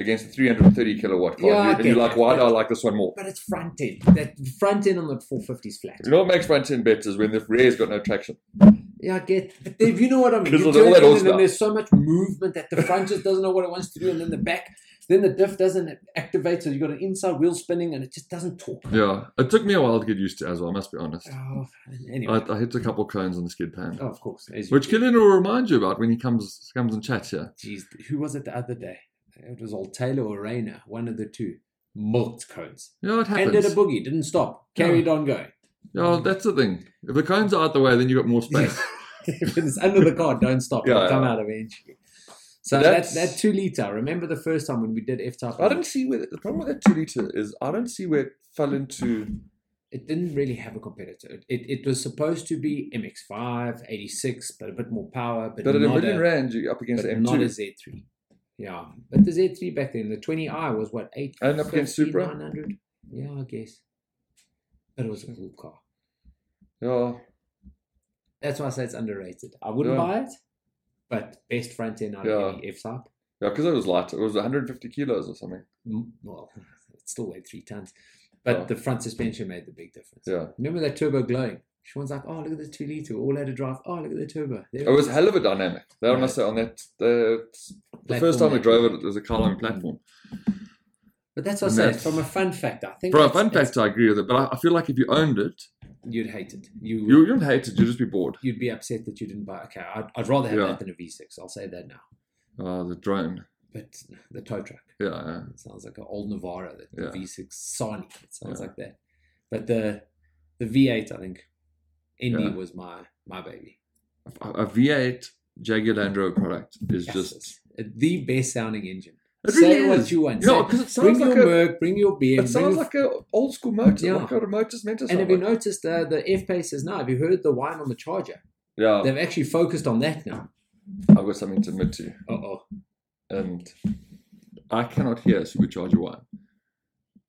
against the 330 kilowatt car,
Yeah,
and, you,
I
and you're
get
like,
that,
why do
but-
I like this one more?
But it's front end. That front end on the 450 is flat.
You know what makes front end better is when the rear's got no traction.
Yeah, I get. But Dave, you know what I mean.
'Cause
You
of all
turn
that
in
all
and then
stuff.
there's so much movement that the front just doesn't know what it wants to do, and then the back, then the diff doesn't activate, so you've got an inside wheel spinning, and it just doesn't talk.
Yeah, it took me a while to get used to as well. I must be honest.
Oh, anyway,
I, I hit a couple cones on the skid pan,
oh, of course. As you
Uh, which Killian will remind you about when he comes comes and chats here.
Jeez, who was it the other day? It was old Taylor or Rayner, one of the two. Milked cones.
Yeah, it
And did a
happens.
boogie, didn't stop. Carried on going.
Yeah, that's the thing. If the cones are out the way, then you have got more space.
if it's under the car, don't stop.
Yeah,
It'll come
yeah.
out eventually. So
That's-
that that two liter. I Remember the first time when we did F type?
I don't see where the problem with that two liter is. I don't see where it fell into.
It didn't really have a competitor. It, it, it was supposed to be MX5, 86, but a bit more power, but,
But at a
not,
million
a,
rand, you're up against
but
the
not a
M2.
Z3. Yeah, but the Z3 back then, the 20i was what eight.
And up against Supra?
900? Yeah, I guess. But it was a cool car.
Yeah,
That's why I say it's underrated. I wouldn't
Yeah.
buy it, but best front end out
Yeah.
of any F type.
yeah, because it was light. It was 150 kilos or something.
m- well, it still weighed three tons, but
Yeah.
the front suspension made the big difference.
Yeah,
Remember that turbo glowing? Sean's like, oh, look at the two liter, all had a drive. Oh, look at the turbo. There
it was hell of a dynamic. That I
Yeah.
must say on that. The, the first time
Platform
we
that-
drove it, it was a Carline platform.
But that's what I
and
say.
that's-
it's From a fun fact, I think.
For a
it's-
fun fact, I agree with it, but I, I feel like if you owned it,
it's- you'd hate it. You,
you wouldn't hate it. You'd just be bored.
you'd be upset that you didn't buy. Okay, I'd, I'd rather have
Yeah.
that than a V6. I'll say that now.
Oh, the drone.
But the tow truck
Yeah, yeah.
it sounds like an old Navara, the, the
Yeah.
V6 Sony. It sounds
Yeah.
like that. But the the V8, I think, Indy
Yeah.
was my my baby.
A, a V8 Jaguar Land Rover product is
Yes,
just.
it's the best sounding engine.
It
Say
really
what
is.
you want.
You know,
Say,
'cause it sounds
Bring your
like a.
Merc, bring your beer.
It sounds like an old school motor,
Yeah.
like what a motor's meant to
and
sound
have you
like.
noticed uh, the F Pace is now? Have you heard the wine on the Charger?
Yeah,
They've actually focused on that now.
I've got something to admit to. you.
Uh oh.
And I cannot hear Supercharger 1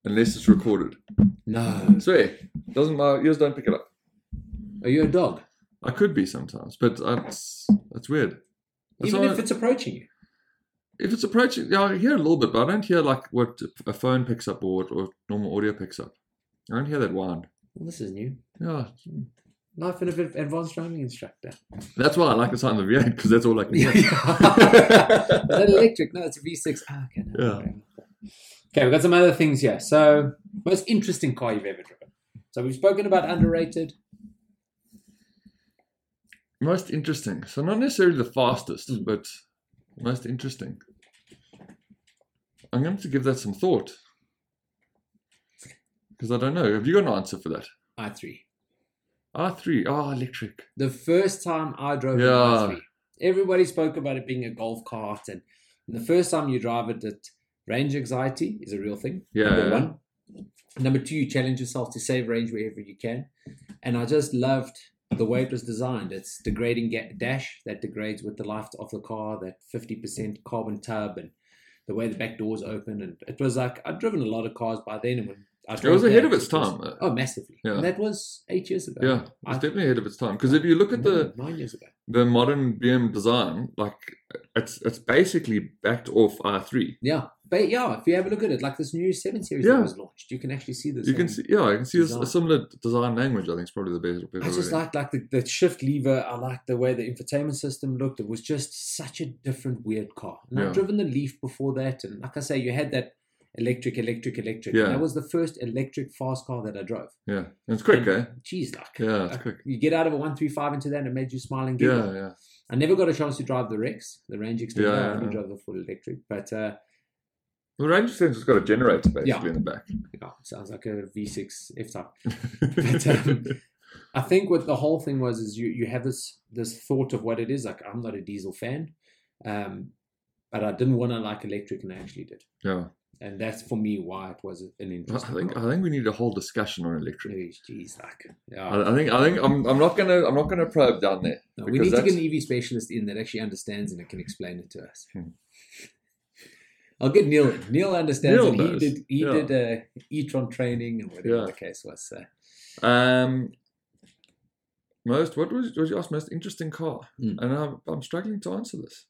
unless it's recorded.
No.
So, yeah, doesn't my ears don't pick it up.
Are you a dog?
I could be sometimes, but that's, that's weird. That's
Even
why-
if it's approaching you.
if it's approaching, yeah, I hear a little bit, but I don't hear like what a phone picks up or what or normal audio picks up. I don't hear that whine.
Well, this is new.
Yeah,
Life in an advanced driving instructor.
that's why I like the sound of the V8 because that's all I can hear.
Yeah. Is that electric? No, it's a V6. Ah, okay. no,
Yeah.
okay. Okay, we've got some other things here. So, most interesting car you've ever driven. So, we've spoken about underrated.
Most interesting. So not necessarily the fastest,
Mm.
but most interesting. I'm going to have to give that some thought because I don't know. Have you got an answer for that?
i3.
R three. Oh, electric.
The first time I drove an
Yeah.
R3, everybody spoke about it being a golf cart, and the first time you drive it, that range anxiety is a real thing.
Yeah,
number
yeah.
one. Number two, you challenge yourself to save range wherever you can, and I just loved the way it was designed. It's degrading ga- dash that degrades with the life of the car, that fifty percent carbon tub, and the way the back doors open, and it was like I'd driven a lot of cars by then, and when I
It was
drove
ahead
that,
of its
it was-
time. uh,
Oh, massively!
Yeah.
And that was eight years ago.
Yeah, it
I- Hmm.
was definitely ahead of its time. Because if you look at the
nine years ago.
the modern BM design, like it's it's basically backed off R three.
Yeah, but yeah, if you have a look at it, like this new seven series
Yeah.
that was launched, you can actually see this.
You can see, yeah, you can see a, s- a
design.
similar design language. I think is probably the best.
I just like like the, the shift lever. I like the way the infotainment system looked. It was just such a different, weird car. And
Yeah.
I've driven the Leaf before that, and like I say, you had that electric, electric, electric.
Yeah.
that was the first electric fast car that I drove.
yeah, and it's quick, eh?
And Geez, like
Yeah, it's quick.
you get out of a one three five into that, and it made you smile and giggle.
Yeah, yeah.
I never got a chance to drive the Rex, the range extender.
Yeah, yeah,
I only
yeah.
drove the full electric, but uh,
The range extender's got a generator basically
Yeah.
in the back.
yeah, sounds like a V six F type. But, um, I think what the whole thing was is you you have this this thought of what it is. Like I'm not a diesel fan, um, but I didn't want to like electric, and I actually did.
yeah,
And that's for me why it was an
I
interesting.
think
car.
I think we need a whole discussion on electric.
Jeez, jeez, like yeah.
I, I think I think I'm, I'm not gonna I'm not gonna probe down there.
No, we
because
need to get
that's-
an EV specialist in that actually understands and it can explain it to us.
Hmm.
I'll get Neil. in. Neil understands.
Neil
and He
knows,
did. He
yeah.
did uh, e-tron training and whatever
Yeah.
the case was. uh, So.
Um, most what was was you asked most interesting car,
Mm.
and I'm, I'm struggling to answer this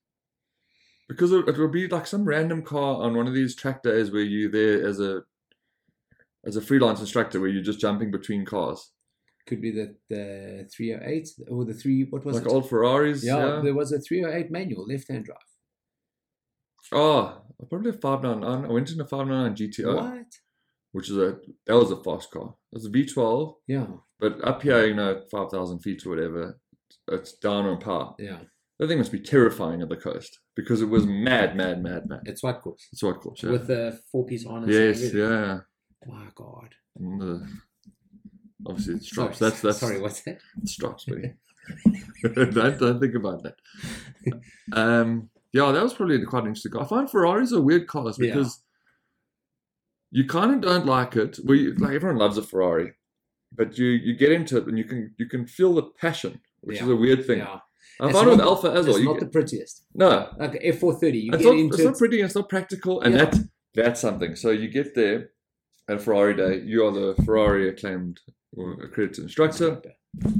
because it, it will be like some random car on one of these track days where you there as a as a freelance instructor where you're just jumping between cars.
could be the, the 308 or the three. What was
like
it?
old Ferraris.
yeah,
Yeah.
there was a 308 manual left-hand drive.
Oh, probably a 599. I went in a 599 GTO,
What?
which is a that was a fast car. It was a V12,
Yeah,
but up here, you know, 5,000 feet or whatever, it's down on par.
yeah.
That thing must be terrifying at the coast because it was mad, mad, mad, mad.
It's what course
That's what I call it. yeah.
with the four-piece harness. and
Yes,
everything.
yeah.
My God.
And the- obviously, it
Sorry,
drops. That's that's
sorry. What's that?
It stops me. don't, don't think about that. Um, yeah, that was probably quite interesting. I find Ferraris are weird cars
Yeah.
because you kind of don't like it. We like everyone loves a Ferrari, but you you get into it and you can you can feel the passion, which is
Yeah.
a weird thing.
Yeah,
I
It's
find it with
not-
Alpha
it's
as well. You
not
get-
the prettiest.
no,
Like F four thirty, you
it's
get
not,
into
it's
it.
not pretty. It's not practical, and
Yeah.
that that's something. So you get there at Ferrari Day. You are the Ferrari acclaimed or accredited instructor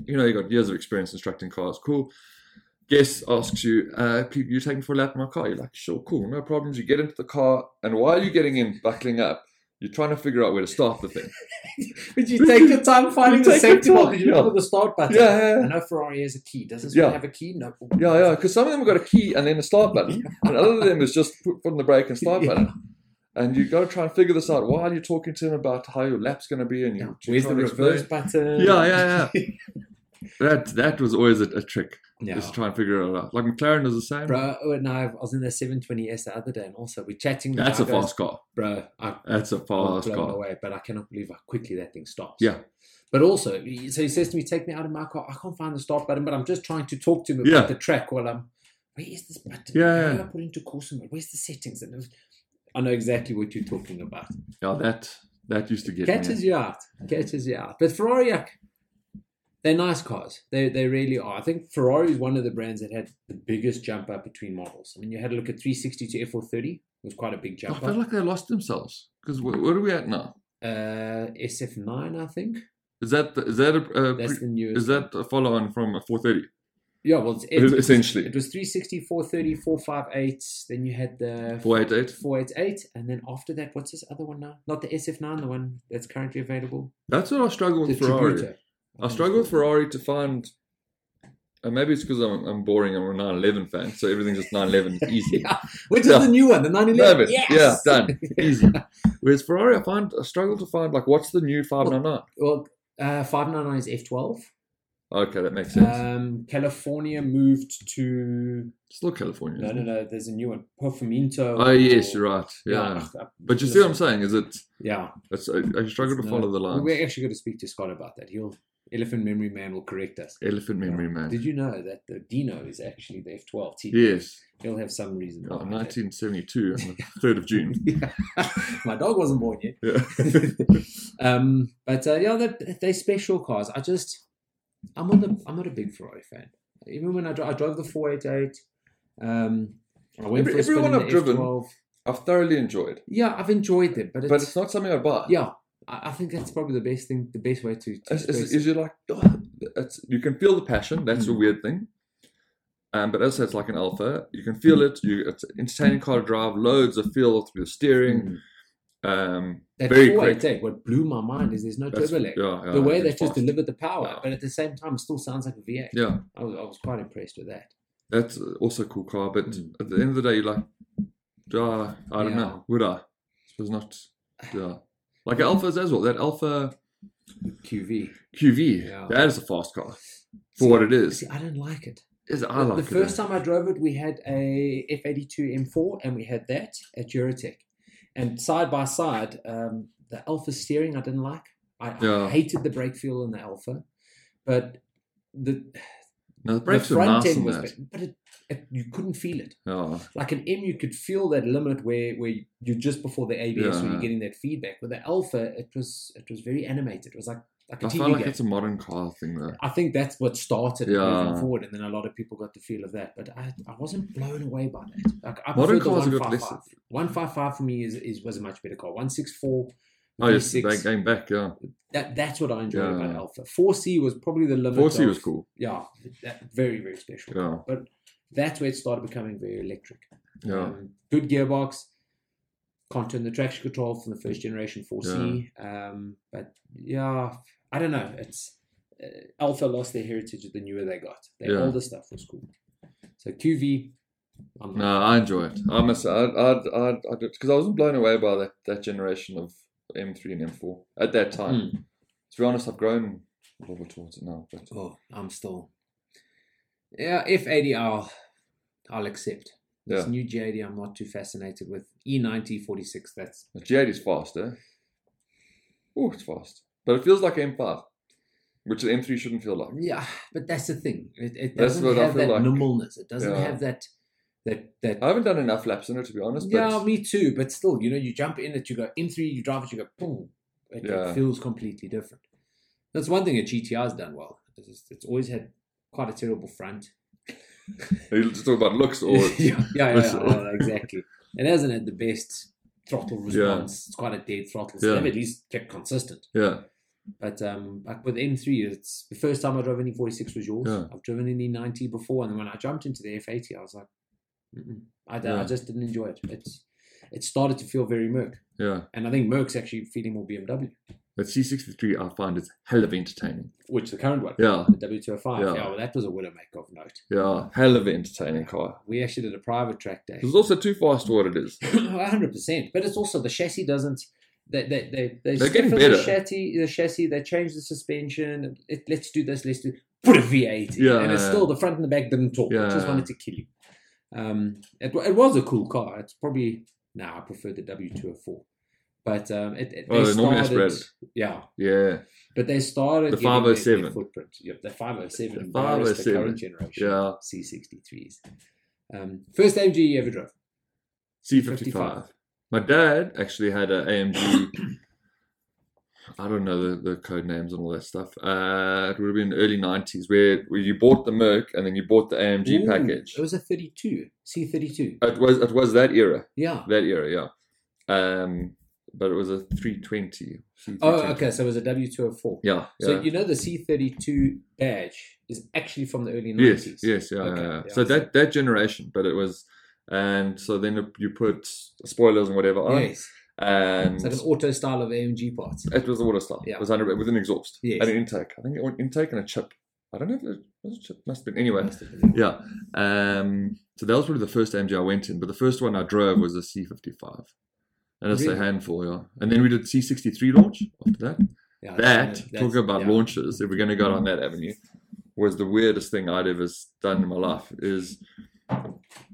you know, you got years of experience instructing cars, cool. Guest asks you, uh, "Can you take me for a lap in my car? You're like, sure, cool, no problems. You get into the car, and while you're getting in, buckling up, you're trying to figure out where to start the thing.
But you take your time finding
You
the
take your
safety
time,
belt. You
yeah.
know the start button.
yeah, yeah,
I
yeah.
know Ferrari has a key. Does this one
Yeah.
have a key? No.
yeah, yeah, because some of them have got a key and then a start button, and other of them is just put on the brake and start
Yeah.
button. And you got to try and figure this out while you're talking to him about how your lap's going to be, and
Yeah.
you
Where's the
trying to
reverse
explain-
button?
Yeah, yeah, yeah. that that was always a, a trick,
Yeah.
just to try and figure it out. Like McLaren is the same.
Bro, oh, and I was in the 720S the other day, and also we're chatting. the
That's
guy
a
goes,
fast car.
Bro, I
That's a
I was
fast
blown
car.
away, but I cannot believe how quickly that thing stops.
Yeah.
But also, he- so he says to me, "Take me out of my car. I can't find the start button, but I'm just trying to talk to him about
Yeah.
the track while I'm. Where is this button?
Yeah,
How
yeah.
do I put into course mode? Where's the settings? And it was- I know exactly what you're talking about.
Yeah, that that used to get
Catches
me.
you out. Catches you out. But Ferrari, like, they're nice cars. They they really are. I think Ferrari is one of the brands that had the biggest jump up between models. I mean, you had a look at 360 to F430 was quite a big
Oh, I
jump
felt
up.
like they lost themselves because where, are we at now?
uh, SF9, I think.
Is that the, is that a, a
That's
pre,
the newest.
is that a follow on from a 430?
Yeah, well, it's,
It is
it,
essentially
it was 360, 430, 458. Then you had the
488.
488. And then after that, what's this other one now? Not the SF9, the one that's currently available.
That's what I struggle with
the
Ferrari.
Tributo.
I struggle with Ferrari to find. And maybe it's because I'm, I'm boring. I'm a 911 fan, so everything's just 911 easy.
Yeah. Which
Yeah.
is the new one, the
Love
911.
it.
Yes!
Yeah, done. Easy. Whereas Ferrari, I find I struggle to find like what's the new 599.
Well, uh, 599 is F12.
okay, that makes sense.
Um, California moved to.
Still California.
No,
isn't
no,
it?
no. There's a new one. Perfuminto.
Oh yes,
or-
you're right. yeah.
ugh,
But you see what I'm saying? Is it?
Yeah.
It's, I, uh, I struggle to
No.
follow the line.
We're actually going to speak to Scott about that. He'll. Elephant Memory Man will correct us.
Elephant memory man.
Did you know that the Dino is actually the F12 team?
yes,
He'll have some reason.
Oh,
behind it.
1972 on the third of June.
My dog wasn't born yet.
Yeah.
um, but uh, yeah, they're, they're special cars. I just, I'm on the, I'm not a big Ferrari fan. Even when I, dro- I drove the 488, um, I went
Every-
for a spin
everyone
in
I've
the
driven-
F12.
I've thoroughly enjoyed,
Yeah, I've enjoyed them, but it's,
but it's not something I buy.
yeah, I, I think that's probably the best thing, the best way to. to
It's- it's- Hmm.
express
is you're like, "Oh," it's, you can feel the passion. That's a
Mm.
weird thing. Um, but also, it's like an alpha. You can feel it. You, it's an entertaining car to drive. Loads of feel through the steering.
Mm.
Um,
That
very quick.
488. What blew my mind is there's no
That's-
turbo lag.
yeah, yeah,
the way
it's
they just
fast.
delivered the power,
Yeah.
but at the same time, it still sounds like a V8.
Yeah,
I was, I was quite impressed with that.
that's also a cool car. But
Mm.
at the end of the day, you're like, "Ah, I don't
Yeah.
know. Would I? It's not. Yeah. Like alphas as well. That alpha.
QV.
QV.
Yeah.
That is a fast car for what it is.
See, I didn't like it.
Is I
the
like it.
first time I drove it, we had a F82 M4, and we had that at Eurotech. And side by side, um, the Alpha steering I didn't like. I, I
Yeah.
hated the brake feel in the Alpha, but the,
No, the
the
brakes are
front
nice
end
on
was,
that.
better, but it, it, you couldn't feel it.
Yeah.
Like an M, you could feel that limit where where you're just before the ABS, where
Yeah.
you're getting that feedback. With the Alpha, it was it was very animated. It was like like a
I
TV
feel like
game.
it's a modern car thing though.
I think that's what started it moving
Yeah.
forward, and then a lot of people got the feel of that. But I, I wasn't blown away by that. Like I
Modern
prefer the
cars have got
155.
less-
155 for me is, is was a much better car. 164,
Oh yes,
156,
they came back. Yeah,
that that's what I enjoyed
Yeah.
about Alpha. 4C was probably the limit.
four C
of-
was cool.
Yeah, that, very very special.
Yeah,
That's where it started becoming very electric.
yeah.
Um, good gearbox. Can't turn the traction control from the first generation 4C. Um, but yeah, I don't know. It's uh, Alpha lost their heritage the newer they got. Their
Yeah.
older stuff was cool. So QV, I'm
No, I enjoy it. I must. I. I. I. I because I wasn't blown away by that that generation of M3 and M4 at that time.
Mm.
To be honest, I've grown a little towards it now. But
Oh, I'm still. Yeah, F80, I'll, I'll accept. This
Yeah.
new JD, I'm not too fascinated with. E E90 46, that's.
the G8 is fast, eh? Oh, it's fast, but it feels like M5, which the M3 shouldn't feel like.
Yeah, but that's the thing. It, it
That's
doesn't
what I
have
feel
that
like.
nimbleness. It doesn't
Yeah.
have that. that, that
I haven't done enough laps in it to be honest. But
Yeah, me too. But still, you know, you jump in it, you go M3, you drive it, you go boom. It, it
Yeah.
feels completely different. That's one thing a GTR's done well. It's, just- it's always had quite a terrible front.
Are you just talking about looks or
yeah, yeah, yeah,
That's-
yeah, exactly. It hasn't had the best throttle response. It's quite a dead throttle. So
Yeah.
they've at least kept consistent.
yeah,
But um, like with M3, it's the first time I drove an E46 was yours.
Yeah.
I've driven an E90 before, and then when I jumped into the F80, I was like, Mm-mm. I, d- I
Yeah.
just didn't enjoy it. It's it started to feel very Merc.
yeah.
And I think Merck's actually feeding more BMW,
That C63 I find is hell of entertaining.
which the current one,
Yeah,
the W205. Yeah.
Yeah.
well, that was a winner make of note.
yeah, hell of an entertaining car.
We actually did a private track day.
It's also too fast for what it is.
100%. But it's also the chassis doesn't. They, they, they, they
They're getting
stiffen
better.
The chassis, the chassis, they change the suspension. It, let's do this, let's do. Put a V8. in.
Yeah.
And it's still the front and the back didn't talk. It just
Yeah.
wanted to kill you. Um, it, wa- it was a cool car. It's probably. Now I prefer the W204. But um, it, it,
Oh,
they
they normally
started.
aspirate.
Yeah.
Yeah,
But they started
The
getting their- their
507.
footprint. Yep, the 507
The
embarrassed the
507,
current generation
yeah.
C63s. Um, first AMG you ever drove?
C55. My dad actually had an AMG. I don't know the, the code names and all that stuff. Uh, it would have been early 90s where, where you bought the Merc and then you bought the AMG
Ooh,
package. Uh,
It was a 32 C32.
It was it was that era,
Yeah.
that era, yeah. Um, but it was a 320. C320.
Oh, okay. So it was a W204.
Yeah, yeah.
So you know the C32 badge is actually from the early 90s.
yes, yes, yeah,
Okay,
yeah, yeah.
yeah,
So
so-
that that generation, but it was, and so then you put spoilers and whatever on,
Yes.
and
It's like an auto style of AMG parts.
It was a water style.
Yeah.
It was under with an exhaust
Yes.
and an intake. I think it went intake and a chip. I don't know if it was a chip. Must have been anyway.
Must have been.
Yeah. Um, so that was probably the first AMG I went in, but the first one I drove was a C55, and it's
Really?
a handful, yeah. And then we did C63 launch after that.
Yeah,
That
that's-
talk about
yeah. Mm-hmm.
launches. If we're going to go down that avenue, was the weirdest thing I'd ever s- done in my life. Is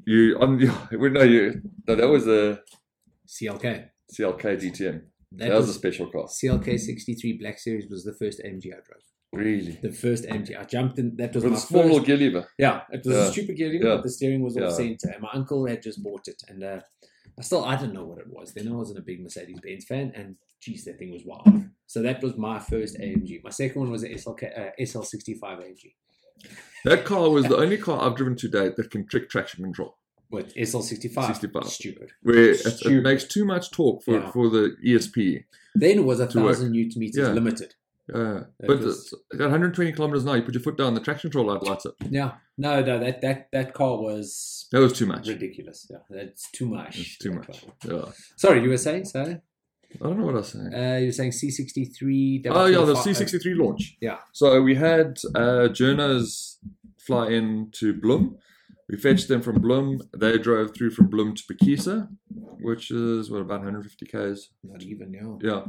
you on the no you no that was a
CLK.
CLK DTM.
That,
That, was, a special car.
CLK 63 Black Series was the first AMG I drove.
Really.
The first AMG I jumped in. That was
With a
my
small
first
little gear lever.
Yeah, it was a
Yeah.
stupid gear,
Yeah.
but the steering was all
Yeah.
center. And my uncle had just bought it, and uh, I still I didn't know what it was. Then I wasn't a big Mercedes Benz fan, and geez, that thing was wild. So that was my first AMG. My second one was an SLK, uh, SL65 AMG,
That car was the only car I've driven to date that can trick traction control,
but SL65,
65.
stupid.
where it,
Stupid.
it makes too much torque for,
Yeah.
for the E ESP.
Then it was a
To work.
thousand newton meters
Yeah.
limited.
Uh,
That
but
was-
it's at 120 kilometers an hour, you put your foot down, the traction control light lights up.
Yeah, no, no, that that that car was
That was too much.
ridiculous. Yeah, that's too much.
It's too
That
much.
car.
Yeah.
Sorry, you were saying so.
I don't know what I was saying.
Uh, you were saying C63.
oh, yeah, the
W45.
C63 launch.
Yeah.
So we had uh, Journos fly in to Bloom. We fetched them from Bloom. They drove through from Bloom to Bokisa, which is, what, about 150 Ks?
Not even yeah.
Yeah.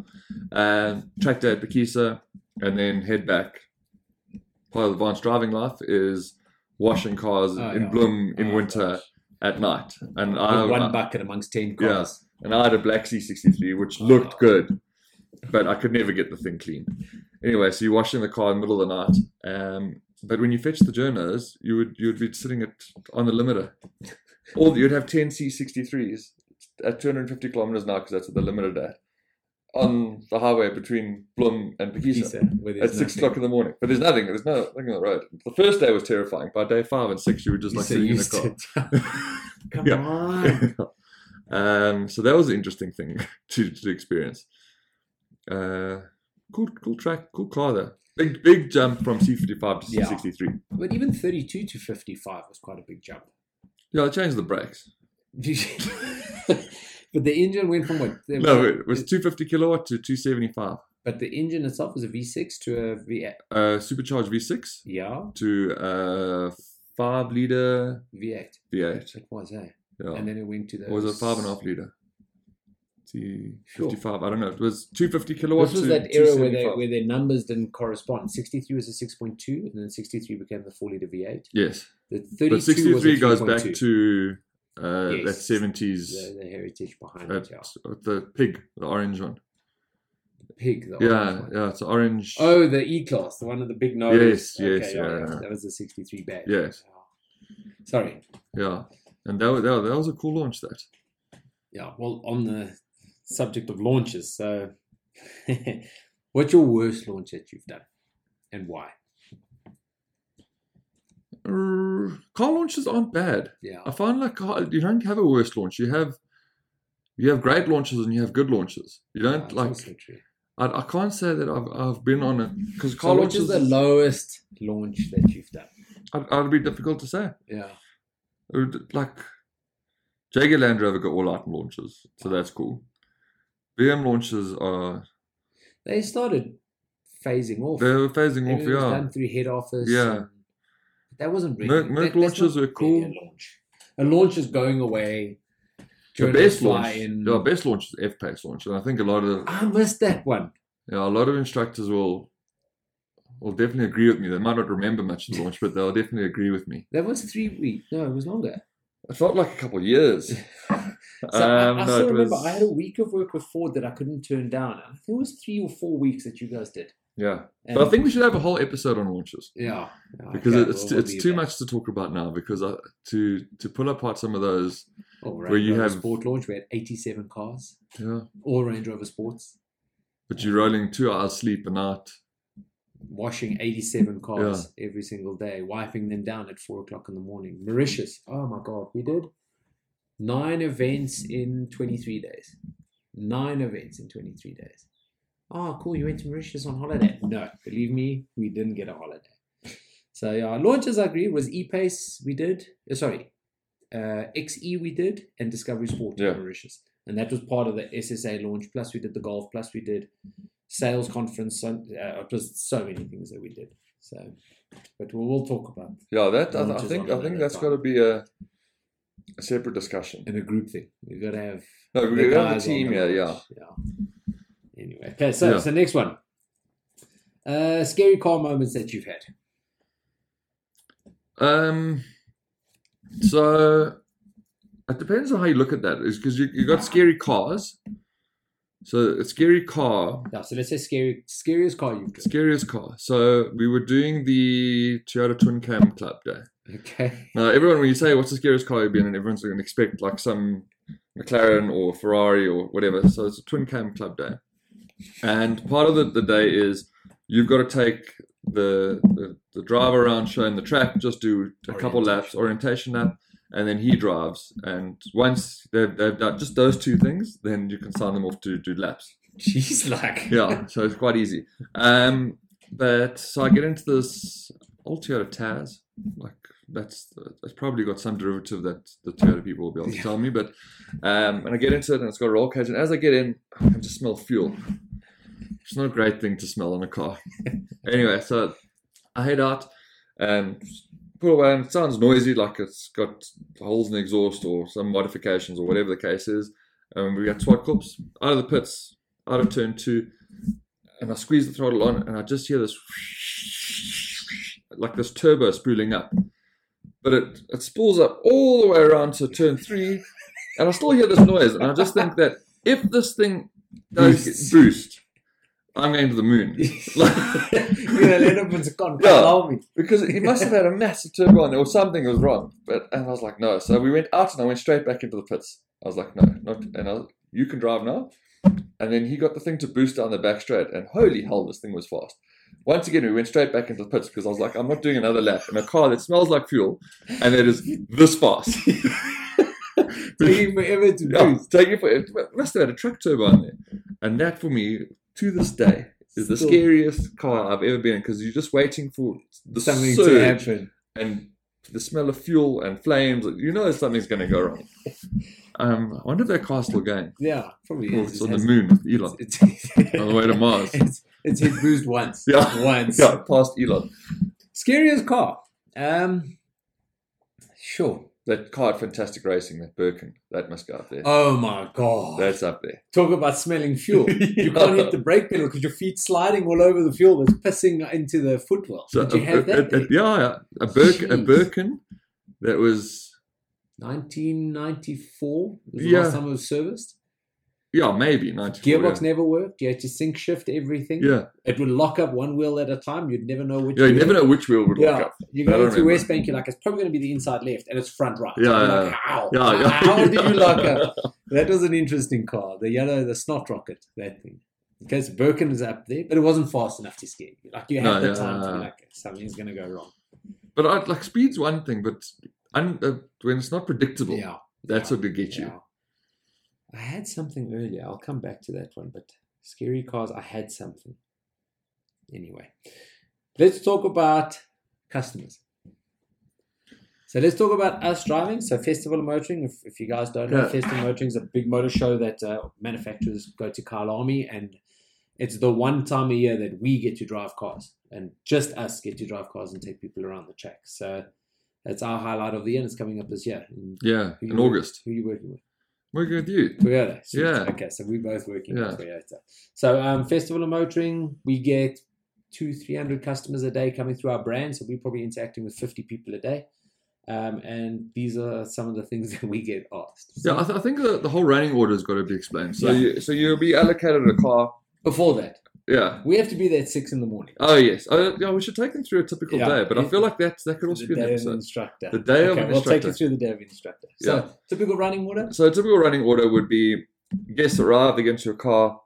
Um, track day at Bakisa and then head back. Part of Advanced Driving Life is washing cars
Oh,
in
yeah.
Bloom in
Oh,
winter
gosh.
at night. And I,
With one
I-
bucket amongst ten
Yeah.
cars.
and I had a black C63, which looked good, but I could never get the thing clean. Anyway, so you're washing the car in the middle of the night. Um, but when you fetch the journos, you would you would be sitting at on the limiter. Or you'd have 10 C63s at 250 kilometers an hour because that's what the limiter at. On the highway between Bloom and Pekisa
Pizza, where
at
there's
six
nothing.
o'clock in the morning. But there's nothing. There's no nothing on the road. The first day was terrifying. By day five and six, you were just like sitting in
You're
the
so
car.
used to it. Come
Yeah.
on.
um, so that was an interesting thing to, to experience. Uh, cool, cool track, cool car though. Big, big jump from C55 to
Yeah.
C63.
But even 32 to 55 was quite a big jump.
Yeah, I changed the brakes.
but the engine went from what? There
No, it was 250 kilowatt to 275.
But the engine itself is a V6 to a V.
Uh, supercharged V6
Yeah,
to uh, five liter
V8.
V8.
It was, eh?
Yeah.
And then it went to the.
or was it five and a half liter? T
Sure.
fifty-five. I don't know. It was two fifty kilowatts.
This was
to
that era where, they,
275.
where their numbers didn't correspond. 63 was a 6.2, and then 63 became the 4 liter V8.
yes,
The 32
but sixty-three
was
goes
a 3.2.
back to uh,
Yes.
that seventies.
the, the heritage behind
Uh,
it, yeah.
the pig, the orange one.
The pig, the orange
Yeah,
one.
yeah, it's orange.
Oh, the E class, the one with the big nose.
Yes, yes,
yeah,
yeah,
yeah.
yeah.
That was the 63 badge.
Yes.
Yeah. Sorry.
Yeah, and that was, that, was, that was a cool launch. That
Yeah, well, on the subject of launches, so what's your worst launch that you've done and why?
Uh, car launches aren't bad.
Yeah. uh,
I find like car, you don't have a worst launch. You have you have great launches and you have good launches. You
Yeah,
don't
it's
like.
also true.
I, I can't say that I've I've been on it because
So
car
which
launches
is the lowest launch that you've done?
I'd, I'd be difficult to say.
Yeah.
It would- Like, Jaguar Land Rover got all out in launches, so that's cool. BM launches are
They started phasing off.
they were phasing off.
Everything was
Yeah,
done through head office.
Yeah.
and- But that wasn't really.
Merc- Merc
that, that's
launches
not
were cool.
really a launch. A launch is going away.
the
journalists
best launch,
fly in.
the best launch is F Pace launch, and I think a lot of
I missed that one.
yeah, a lot of instructors will will definitely agree with me. They might not remember much of the launch, but they'll definitely agree with me.
That was three weeks. No, it was longer.
It felt like a couple of years.
So I- I,
Um, no,
still
it
remember
was-
I had a week of work with Ford that I couldn't turn down. I think it was three or four weeks that you guys did.
yeah,
And
but I think we should have a whole episode on launches.
yeah,
because
Okay,
it's
well,
too
we'll
it's
do
too
that.
much to talk about now because I, to to pull apart some of those
Oh,
where
Range
you
Rover
have-
Sport launch. We had eighty-seven cars,
yeah
all Range Rover Sports,
but you're rolling two hours sleep a night
washing eighty-seven cars every single day, wiping them down at four o'clock in the morning. Mauritius. Oh my God, we did nine events in twenty-three days. Nine events in twenty-three days. Oh, cool! You went to Mauritius on holiday. No, believe me, we didn't get a holiday. So yeah, launches I agree was E-Pace we did. uh, Sorry, uh, XE we did and Discovery Sport
Yeah.
in Mauritius, and that was part of the SSA launch. Plus we did the golf. Plus we did sales conference. So, uh, just so many things that we did. So, but we'll, we'll talk about
yeah that
I- I Launches think- on I think another that's time. gotta
be a, a separate discussion
in a group thing. We've got to have
no
the guys on the launch. yeah. Anyway, okay. So
Yeah.
so next one. Uh, scary car moments that you've had.
um so it depends on how you look at that is because you you got scary cars so a scary car
Yeah, so let's say scary, scariest car you've driven.
scariest car so we were doing the Toyota Twin Cam Club day
Okay.
Now, everyone, when you say what's the scariest car you've been in, everyone's going to expect like some McLaren or Ferrari or whatever. So it's a twin cam club day, and part of the, the day is you've got to take the, the the driver around, show him the track, just do a couple laps, orientation lap, and then he drives. And once they've, they've done just those two things, then you can sign them off to do laps
Jeez, like.
yeah, so it's quite easy. Um, but so I get into this old Toyota Taz. Like that's that's probably got some derivative that the Toyota people will be able to
Yeah.
tell me. But um, and I get into it, and it's got a roll cage. And as I get in, I can just smell fuel. It's not a great thing to smell in a car. anyway, so I head out and pull away, and it sounds noisy, like it's got holes in the exhaust or some modifications or whatever the case is. And we got SWAT corps out of the pits, out of turn two, and I squeeze the throttle on, and I just hear this like this turbo spooling up, but it it spools up all the way around to turn three, and I still hear this noise, and I just think that if this thing does
Boosts.
get boost, I'm going to the moon. Like-
yeah, Lennon gone.
Yeah.
Allow me.
because he must have had a massive turbo on there or something was wrong. But and I was like, no. So we went out and I went straight back into the pits. I was like, no, not and I, was- you can drive now. And then he got the thing to boost down the back straight, and holy hell, this thing was fast. Once again, we went straight back into the pits because I was like, I'm not doing another lap in a car that smells like fuel and that is this fast.
Taking forever to
Yeah,
boost.
take it for it must have had a truck turbo on there. And that for me, to this day, is the
Still
scariest car I've ever been in because you're just waiting for the
Something to
surge
happen.
and the smell of fuel and flames, you know something's going to go wrong. Um, I wonder if that car's still going.
Yeah, probably
Or
is. It
Oh, it's on the
has-
moon with Elon.
It's, it's,
On the way to Mars.
It's, it's hit bruised once.
Yeah.
Once.
Yeah, past Elon.
Scary as car. Um, sure.
That car at Fantastic Racing, that Birkin, that must go up there.
Oh my God.
That's up there.
Talk about smelling fuel. You can't hit the brake pedal because your feet sliding all over the fuel that's pissing into the footwell.
So uh,
Did you
a-
have
a-
that?
a- yeah, yeah. a Birkin, a
Jeez.
Birkin that was
1994 was the
Yeah. Oh,
last time it was serviced.
yeah maybe ninety four.
Gearbox never worked. You had to sync shift everything.
Yeah,
It would lock up one wheel at a time. You'd never know which.
yeah. You
wheel.
never know which wheel would
Yeah.
lock up.
You
I
go
don't
through
remember.
West Bank, you're like, it's probably going to be the inside left, and it's front right.
Yeah,
You're
yeah,
like, how?
Yeah, yeah.
How do you lock up? That was an interesting car. The yellow, the snot rocket, that thing. Because Birkin is up there, but it wasn't fast enough to scare you. Like, you had
No,
the
yeah,
time to
yeah,
be
yeah.
like, something's going to go wrong.
But I, like speed's one thing, but un, uh, when it's not predictable,
Yeah.
that's what could get you.
yeah. I had something earlier. I'll come back to that one, but scary cars, I had something. Anyway, let's talk about customers. So let's talk about us driving. So Festival of Motoring, if, if you guys don't know,
Yeah.
Festival of Motoring is a big motor show that uh, manufacturers go to Kalami and it's the one time a year that we get to drive cars and just us get to drive cars and take people around the track. So that's our highlight of the year and it's coming up this year. And
Yeah,
Who
in
you-
August.
who are you working with?
Working with you.
Toyota. sweet.
Yeah.
Okay, so we're both working
Yeah.
with Toyota. So um, Festival of Motoring, we get two, three hundred customers a day coming through our brand. So we're probably interacting with fifty people a day. Um, and these are some of the things that we get asked. So
Yeah, I, th- I think the, the whole running order has got to be explained. So,
Yeah.
you, so you'll be allocated a car.
Before that,
Yeah.
we have to be there at six in the morning.
Oh yes. Oh, yeah. We should take them through a typical
Yeah.
day, but I feel like that's that could also
the
be an
day of an
episode.
instructor.
The day of
okay,
an
we'll take you
instructor.
through the day of an instructor. So
Yeah.
typical running order.
So a typical running order would be guests arrive against your car,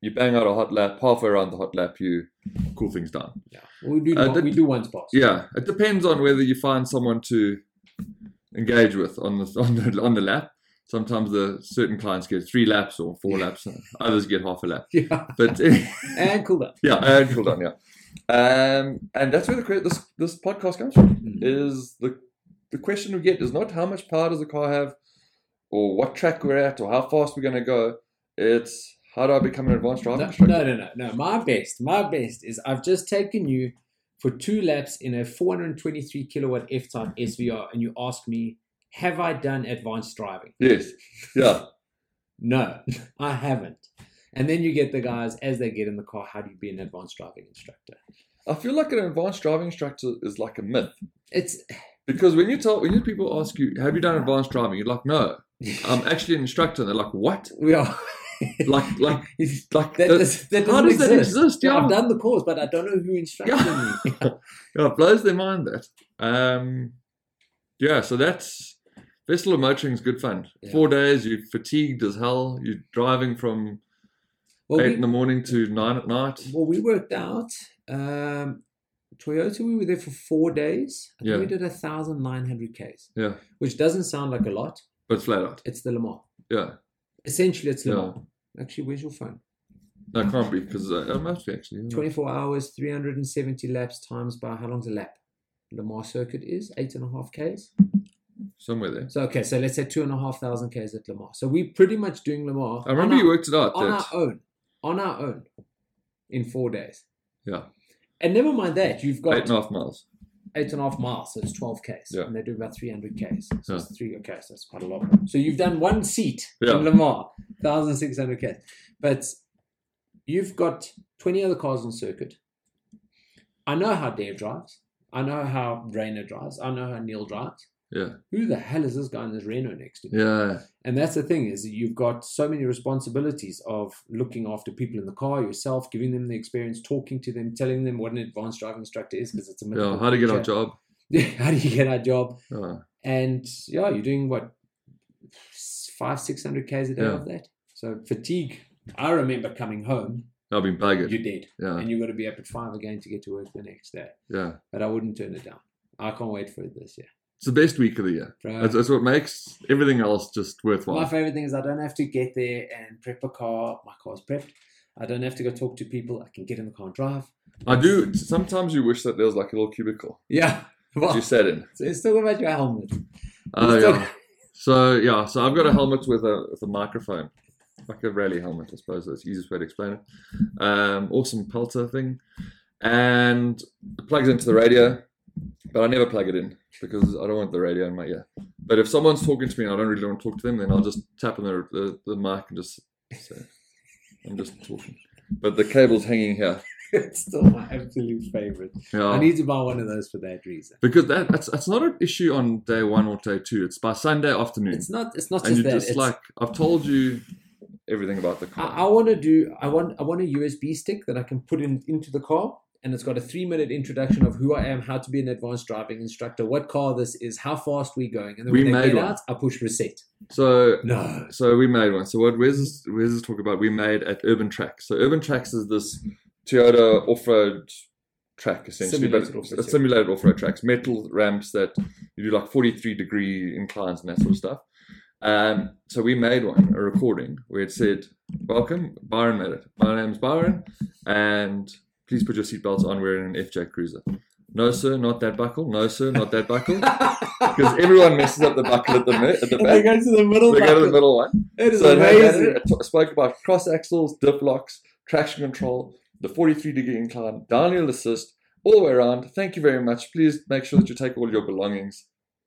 you bang out a hot lap, halfway around the hot lap you cool things down.
Yeah, we do.
Uh,
one-
did-
we do once pass.
Yeah. It depends on whether you find someone to engage with on the on the on the lap. Sometimes the certain clients get three laps or four laps, others get half a lap.
yeah,
But
and cool down.
yeah, and Uh, cool down, yeah. Um, and that's where the que- this this podcast comes from. Is the the question we get is not how much power does the car have, or what track we're at, or how fast we're going to go. It's how do I become an advanced driver?
No,
instructor?
no, no, no, no. My best, my best is I've just taken you for two laps in a 423 kilowatt F-type SVR, and you ask me, "Have I done advanced driving?"
Yes, yeah,
No, I haven't. And then you get the guys as they get in the car, "How do you be an advanced driving instructor?"
I feel like an advanced driving instructor is like a myth
It's
because when you tell when you people ask you, "Have you done advanced driving?" You're like, "No, I'm actually an instructor." And they're like, "What?"
we are
Like, like, like
that,
that-
does, that doesn't
how does
exist.
that exist?
Yeah,
Yeah.
I've done the course, but I don't know who instructed
Yeah.
me.
Yeah, it blows their mind that. Um, yeah, so that's Vessel of Motoring's good fun.
Yeah.
Four days, you're fatigued as hell. You're driving from
Well,
eight
we-
in the morning to nine at night.
Well, we worked out. Um, Toyota, we were there for four days. I think
Yeah.
we did a thousand nine hundred k's.
Yeah.
which doesn't sound like a lot.
But flat out.
It's the Le Mans.
Yeah.
Essentially, it's Le
Yeah.
Mans. Actually, where's your phone?
No, can't be because uh, it must be actually. yeah.
Twenty-four hours, three hundred and seventy laps times by how long's a lap? Le Mans circuit is eight and a half k's.
Somewhere there.
So okay, so let's say two and a half thousand k's at Le Mans. So we're pretty much doing Le Mans.
I remember
on
you
our-
worked it out
on
that.
our own, on our own, in four days.
Yeah.
And never mind that, you've got
Eight and a half miles.
eight and a half miles, so it's 12 Ks.
Yeah.
And they do about 300 Ks. So
Yeah.
it's three, okay, so that's quite a lot. So you've done one seat
Yeah.
in Le Mans, 1,600 Ks. But you've got 20 other cars on circuit. I know how Dave drives. I know how Rainer drives. I know how Neil drives.
Yeah.
Who the hell is this guy in this Renault next to me?
Yeah.
And that's the thing is that you've got so many responsibilities of looking after people in the car, yourself, giving them the experience, talking to them, telling them what an advanced driving instructor is because it's a
Yeah.
mythical
How to get our
creature.
job.
how do you get our job?
Yeah.
And yeah, you're doing what five, six hundred k's a day
Yeah.
of that. So fatigue. I remember coming home,
I've been buggered.
you're dead,
Yeah.
and you've got to be up at five again to get to work the next day.
Yeah.
But I wouldn't turn it down. I can't wait for it this year.
It's the best week of the year.
Bro,
That's, that's what makes everything else just worthwhile.
my favorite thing is I don't have to get there and prep a car. My car's prepped. I don't have to go talk to people. I can get in the car and drive.
I do. Sometimes you wish that there was like a little cubicle
Yeah. Well,
you sat in.
so let's talk about your helmet.
Oh,
Let's
yeah.
talk-
So yeah, so I've got a helmet with a with a microphone, like a rally helmet, I suppose. That's the easiest way to explain it. Um, awesome pelter thing, and it plugs into the radio, but I never plug it in because I don't want the radio in my ear. But if someone's talking to me and I don't really want to talk to them, then I'll just tap on the the, the mic and just say, "I'm just talking." But the cable's hanging here.
it's still my absolute favorite.
Yeah.
I need to buy one of those for that reason.
because that, that's that's not an issue on day one or day two. It's by Sunday afternoon,
It's not. It's not just
and you're
that.
just
it's,
like, I've told you everything about the
I,
car.
I want to do. I want. I want a USB stick that I can put in into the car, and it's got a three-minute introduction of who I am, how to be an advanced driving instructor, what car this is, how fast we're going, and then
We
when they
made
get
one.
out, I push reset.
so
No.
so we made one. So what where's this, where's this talk about? We made at Urban Tracks. So Urban Tracks is this Toyota off-road track essentially,
Simulated
but it's
off-road
it's simulated off-road tracks, metal ramps that you do like 43 degree inclines and that sort of stuff. Um, so we made one, a recording where it said, "Welcome, Byron made it. My name's Byron, and please put your seatbelts on. We're in an FJ Cruiser." No, sir, not that buckle. No, sir, not that buckle. Because everyone messes up the buckle at the mi- at the
And they
back.
go to the middle.
They go to the
button.
middle one.
It is
So it had-
amazing.
had- it t- spoke about cross axles, diff locks, traction control, the 43 degree incline, downhill assist, all the way around. Thank you very much. Please make sure that you take all your belongings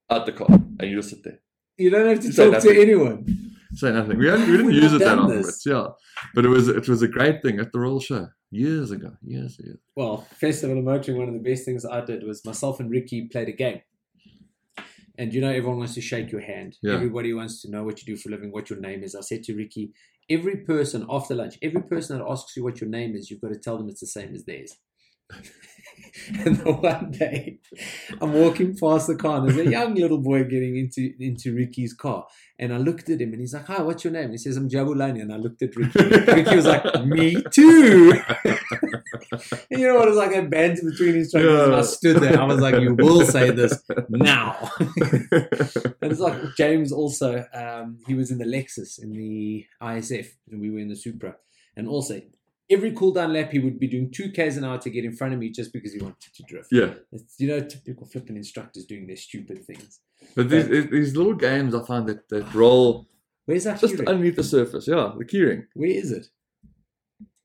out the car and you just sit there.
You don't have to
You say
talk to
nothing.
anyone.
Say nothing. We, only, we didn't
We've
use
not
it that
done
often, but
this.
yeah. But it was it was a great thing at the Royal Show years ago. Years ago.
well, Festival of Motoring, one of the best things I did was myself and Ricky played a game. And you know, everyone wants to shake your hand.
Yeah.
Everybody wants to know what you do for a living, what your name is. I said to Ricky, every person after lunch, every person that asks you what your name is, you've got to tell them it's the same as theirs. and the one day, I'm walking past the car, and there's a young little boy getting into into Ricky's car. And I looked at him, and he's like, "Hi, what's your name?" And he says, "I'm Jabulani." And I looked at Ricky. Ricky was like, "Me too." And you know what? It was like a banter between instructors. And I
Yeah.
stood there. I was like, you will say this now. and it's like James also, um, he was in the Lexus in the ISF, and we were in the Supra. And also, every cool down lap, he would be doing 2Ks an hour to get in front of me just because he wanted to drift.
Yeah.
It's, you know, typical flipping instructors doing their stupid things.
But these, these little games I find that, that roll
Where's that
just
keyring?
underneath the surface. Yeah, the keyring.
Where is it?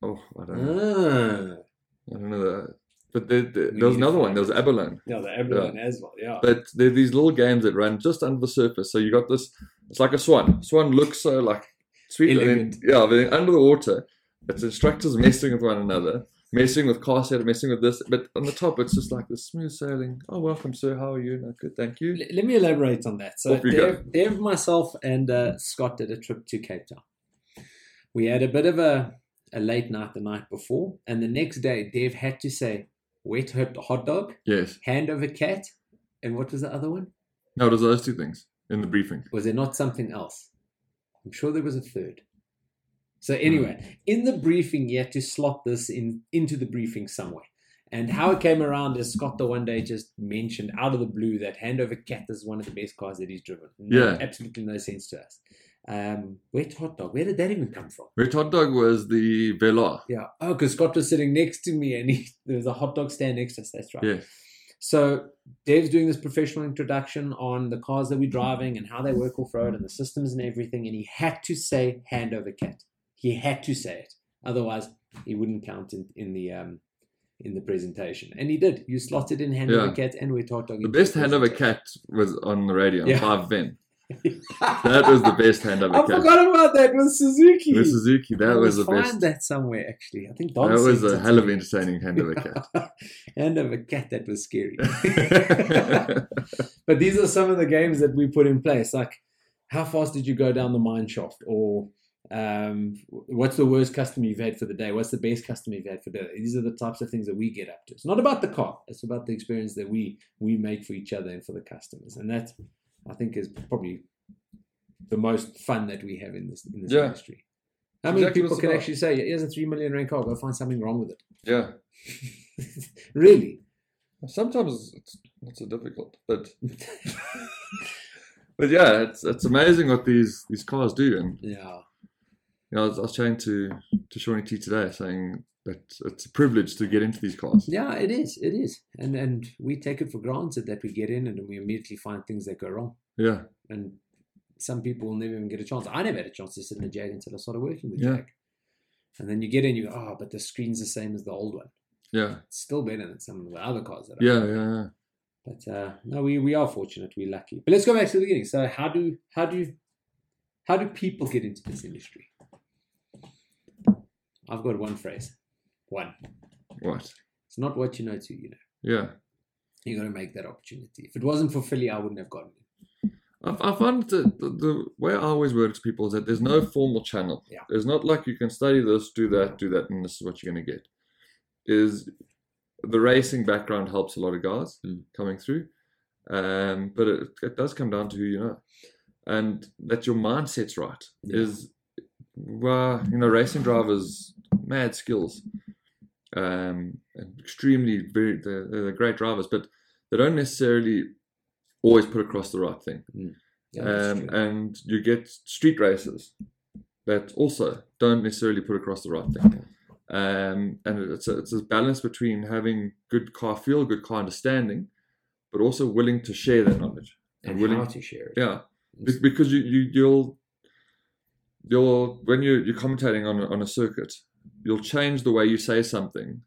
Oh, I don't know.
Ah.
I don't know that. But there, there,
We
there was
need to
another one.
find
There was Abalone.
No, the Avalon as well, yeah.
but there are these little games that run just under the surface. So you got this. It's like a swan. Swan looks so like sweet, and
Elegant.
then, yeah, but then under the water, it's instructors messing with one another, messing with car set, messing with this. But on the top, it's just like the smooth sailing. Oh, welcome, sir. How are you? No, good, thank you.
L- let me elaborate on that. So
Off you go.
Dev, Dev, myself, and uh, Scott did a trip to Cape Town. We had a bit of a, a late night the night before, and the next day Dev had to say wet hot hot dog,
Yes.
hand over cat, and what was the other one?
No, it was those two things in the briefing.
Was there not something else? I'm sure there was a third. So anyway, in the briefing, you had to slot this in into the briefing somewhere. And how it came around is Scott the one day just mentioned out of the blue that Handover Cat is one of the best cars that he's driven. No-
Yeah.
Absolutely no sense to us. Um, wet hot dog. Where did that even come from?
Red hot dog was the Velar.
Yeah. Oh, because Scott was sitting next to me and he, there was a hot dog stand next to us. That's right.
Yeah.
So Dave's doing this professional introduction on the cars that we're driving and how they work off road and the systems and everything. And he had to say hand over cat. He had to say it. Otherwise, he wouldn't count in, in the um, in the presentation. And he did. You slotted in hand over
Yeah.
cat and we're talking.
The best hand over cat was on the radio,
Yeah.
on 5 Ven.
that
That was the best hand
I
over cat.
forgot about that with Suzuki.
With Suzuki, that
I
was the
must
best.
Find that somewhere actually. I think Don
That was
sent
a
it
hell
to
of
me.
entertaining hand over cat.
hand over cat. That was scary.
yeah,
but these are some of the games that we put in place like how fast did you go down the mine shaft or um, what's the worst customer you've had for the day what's the best customer you've had for the day these are the types of things that we get up to it's not about the car it's about the experience that we we make for each other and for the customers and that i think is probably the most fun that we have in this in this
Yeah.
industry how many
Exactly
people
what's
can
about.
actually say here's a three million rand car go find something wrong with it really
sometimes it's not so difficult, but but yeah, it's it's amazing what these these cars do. And
yeah
you know, I was, I was chatting to to Shawnee T today, saying that it's a privilege to get into these cars.
Yeah, it is. It is, and and we take it for granted that we get in and we immediately find things that go wrong.
Yeah,
And some people will never even get a chance. I never had a chance to sit in the Jag until I started working with
Yeah.
Jag. And then you get in, you go, oh, but the screen's the same as the old one.
Yeah.
It's still better than some of the other cars that I
Yeah. Yeah. yeah.
But uh, no, we, we are fortunate. We're lucky. But let's go back to the beginning. So how do how do how do people get into this industry? I've got one phrase. One.
What?
It's not what you know to, you know.
Yeah.
You gotta make that opportunity. If it wasn't for Philly, I wouldn't have gotten it.
I, I find that the, the way I always word to people is that there's no formal channel.
Mm. Yeah.
There's not like you can study this, do that, do that, and this is what you're going to get. Is the racing background helps a lot of guys
Mm.
coming through, um, but it, it does come down to who you know, and that your mindset's right.
Yeah.
Is well, you know, racing drivers mad skills, um, and extremely very they're, they're great drivers, but they don't necessarily always put across the right thing
Yeah, that's
um,
true.
and you get street races that also don't necessarily put across the right thing. Um, and it's a, it's a balance between having good car feel, good car understanding, but also willing to share that knowledge.
and
willing-
how to share it.
Yeah, Be- because you, you you'll you'll when you you're commentating on a- on a circuit, you'll change the way you say something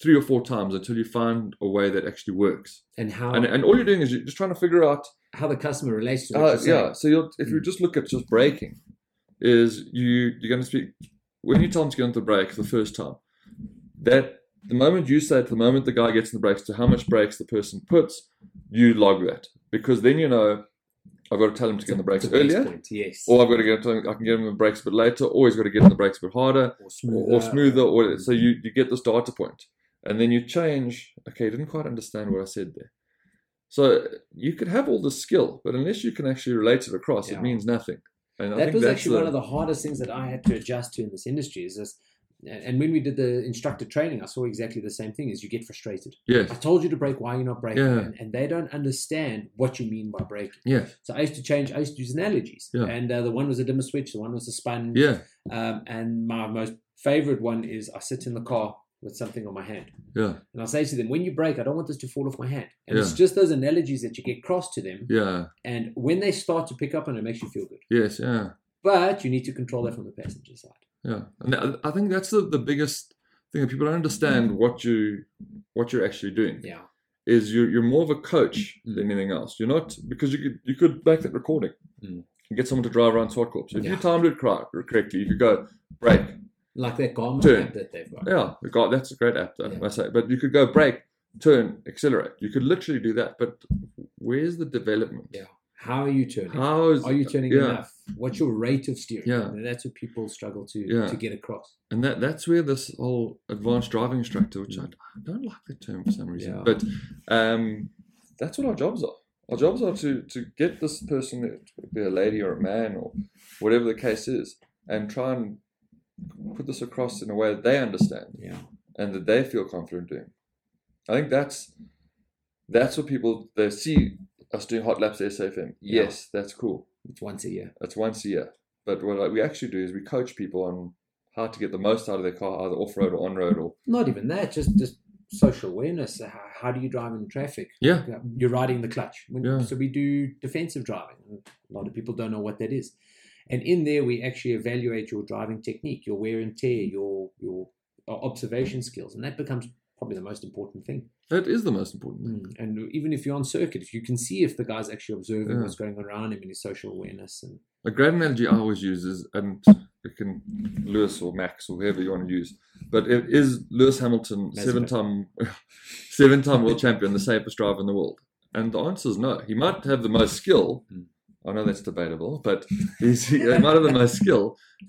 three or four times until you find a way that actually works.
And how
And uh, and all you're doing is you're just trying to figure out
how the customer relates to what
uh,
you're saying. Hmm.
yeah. So you'll, if you just look at just braking, is you you're going to speak when you tell them to get on the brake the first time. That the moment you say it, the moment the guy gets in the brakes to how much brakes the person puts, you log that because then you know I've got to tell him to get on the brakes
It's a base
earlier,
point, yes.
or I've got to get to, I can get him on the brakes a bit later, or he's got to get on the brakes a bit harder
or
or, or smoother, or so you, you get this data point, and then you change. Okay, I didn't quite understand what I said there. So you could have all the skill, but unless you can actually relate it across,
Yeah.
it means nothing. And I
that
think
was
that's
actually one of the hardest things that I had to adjust to in this industry. Is this, and when we did the instructor training, I saw exactly the same thing. Is you get frustrated. I
yes,
told you to break. Why are you not breaking?
Yeah.
And, and they don't understand what you mean by breaking.
yes,
So I used to change. I used to use analogies.
Yeah.
And uh, the one was a dimmer switch. The one was a sponge.
yeah,
Um, and my most favorite one is I sit in the car with something on my hand.
yeah,
And I say to them, when you break, I don't want this to fall off my hand. And it's
Yeah.
just those analogies that you get cross to them.
yeah,
And when they start to pick up on it, it makes you feel good.
yes, yeah.
But you need to control that from the passenger side.
Yeah, and I- I think that's the, the biggest thing that people don't
Mm-hmm.
understand what you what you're actually doing
Yeah.
is you're you're more of a coach
Mm.
than anything else. You're not because you could you could make that recording
Mm.
and get someone to drive around SWAT corps. If
Yeah.
you timed it cor- correctly, you could go break.
Like that garment
Turn.
app that they've got.
Yeah, the guy, that's a great app though.
Yeah.
I say, but you could go break, turn, accelerate. You could literally do that. But where's the development?
Yeah. How are you turning?
How is
are you turning
yeah.
enough? What's your rate of steering?
Yeah.
And that's what people struggle to
Yeah.
to get across.
And that that's where this whole advanced driving instructor, which I, I don't like the term for some reason,
Hmm. Yeah.
but um, that's what our jobs are. Our jobs are to to get this person, to be a lady or a man or whatever the case is, and try and put this across in a way that they understand
Yeah.
and that they feel confident doing. I think that's that's what people they see us doing hot laps at SAFM.
Yeah.
Yes, that's cool.
It's once a year.
That's once a year. But what we actually do is we coach people on how to get the most out of their car, either off road or on road, or
Not even that, just just social awareness. How, how do you drive in traffic?
yeah,
You're riding the clutch. When-
Yeah.
So we do defensive driving. A lot of people don't know what that is. And in there, we actually evaluate your driving technique, your wear and tear, your your observation skills, and that becomes probably the most important thing.
that is the most important. thing.
Mm. And even if you're on circuit, if you can see if the guy's actually observing
Yeah.
what's going on around him and his social awareness, and
A great analogy I always use is, and it can Lewis or Max or whoever you want to use, but it is Lewis Hamilton,
Mazepin.
seven time, seven time world champion, the safest driver in the world. And the answer is no. He might have the most skill.
Mm.
I know that's debatable, but he's, he might have the most skill.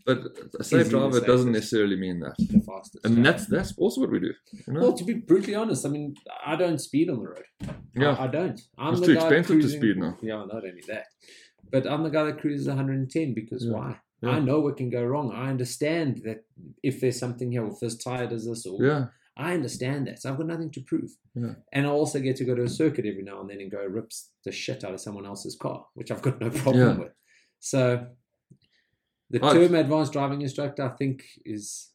But a
he
safe
the
driver doesn't
safest?
necessarily mean that.
the fastest.
And that's that's also what we do. You know?
well, to be brutally honest, I mean, I don't speed on the road.
yeah.
I, I don't. I'm
It's
the
too
guy
expensive to
cruising-
speed now.
Yeah, not only that, but I'm the guy that cruises 110 because
Yeah.
why? I
Yeah.
know what can go wrong. I understand that if there's something here, or if this tire does this, or
Yeah,
I understand that. So I've got nothing to prove.
Yeah.
And I also get to go to a circuit every now and then and go rips the shit out of someone else's car, which I've got no problem
Yeah.
with. So the
Oh,
term advanced driving instructor, I think, is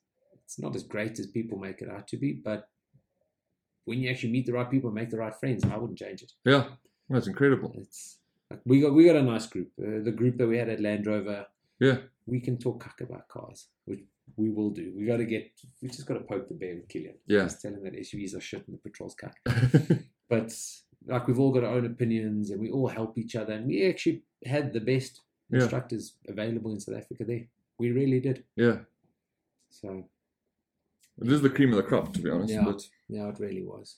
it's not as great as people make it out to be, but when you actually meet the right people and make the right friends, I wouldn't change it.
yeah. That's incredible.
It's Like we got we got a nice group. Uh, the group that we had at Land Rover.
Yeah.
We can talk cuck about cars, which we will do. We got to get. We just got to poke the bear with Killian.
Yeah.
Just tell him that SUVs are shit and the petrol's cuck. But like we've all got our own opinions and we all help each other. And we actually had the best
Yeah.
instructors available in South Africa there. We really did.
yeah.
So
It is the cream of the crop, to be honest.
Yeah.
But
yeah, it really was.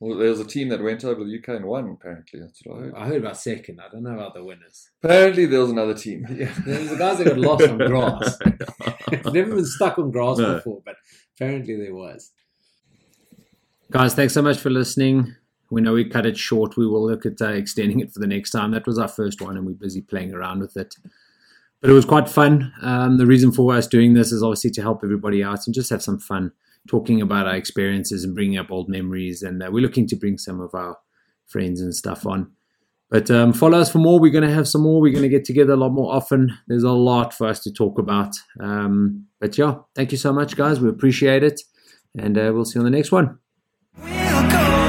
well, there's a team that went over to the UK and won, apparently. That's what I heard.
I heard about second. I don't know about the winners.
Apparently, there was another team.
Yeah, there's the guys that got lost on grass. I've never been stuck on grass
No.
before, but apparently there was. Guys, thanks so much for listening. We know we cut it short. We will look at uh, extending it for the next time. That was our first one, and we're busy playing around with it. But it was quite fun. Um, the reason for us doing this is obviously to help everybody out and just have some fun talking about our experiences and bringing up old memories. And uh, we're looking to bring some of our friends and stuff on. But um, follow us for more. We're going to have some more. We're going to get together a lot more often. There's a lot for us to talk about. Um, but yeah, thank you so much, guys. We appreciate it. And uh, we'll see you on the next one.
We'll go.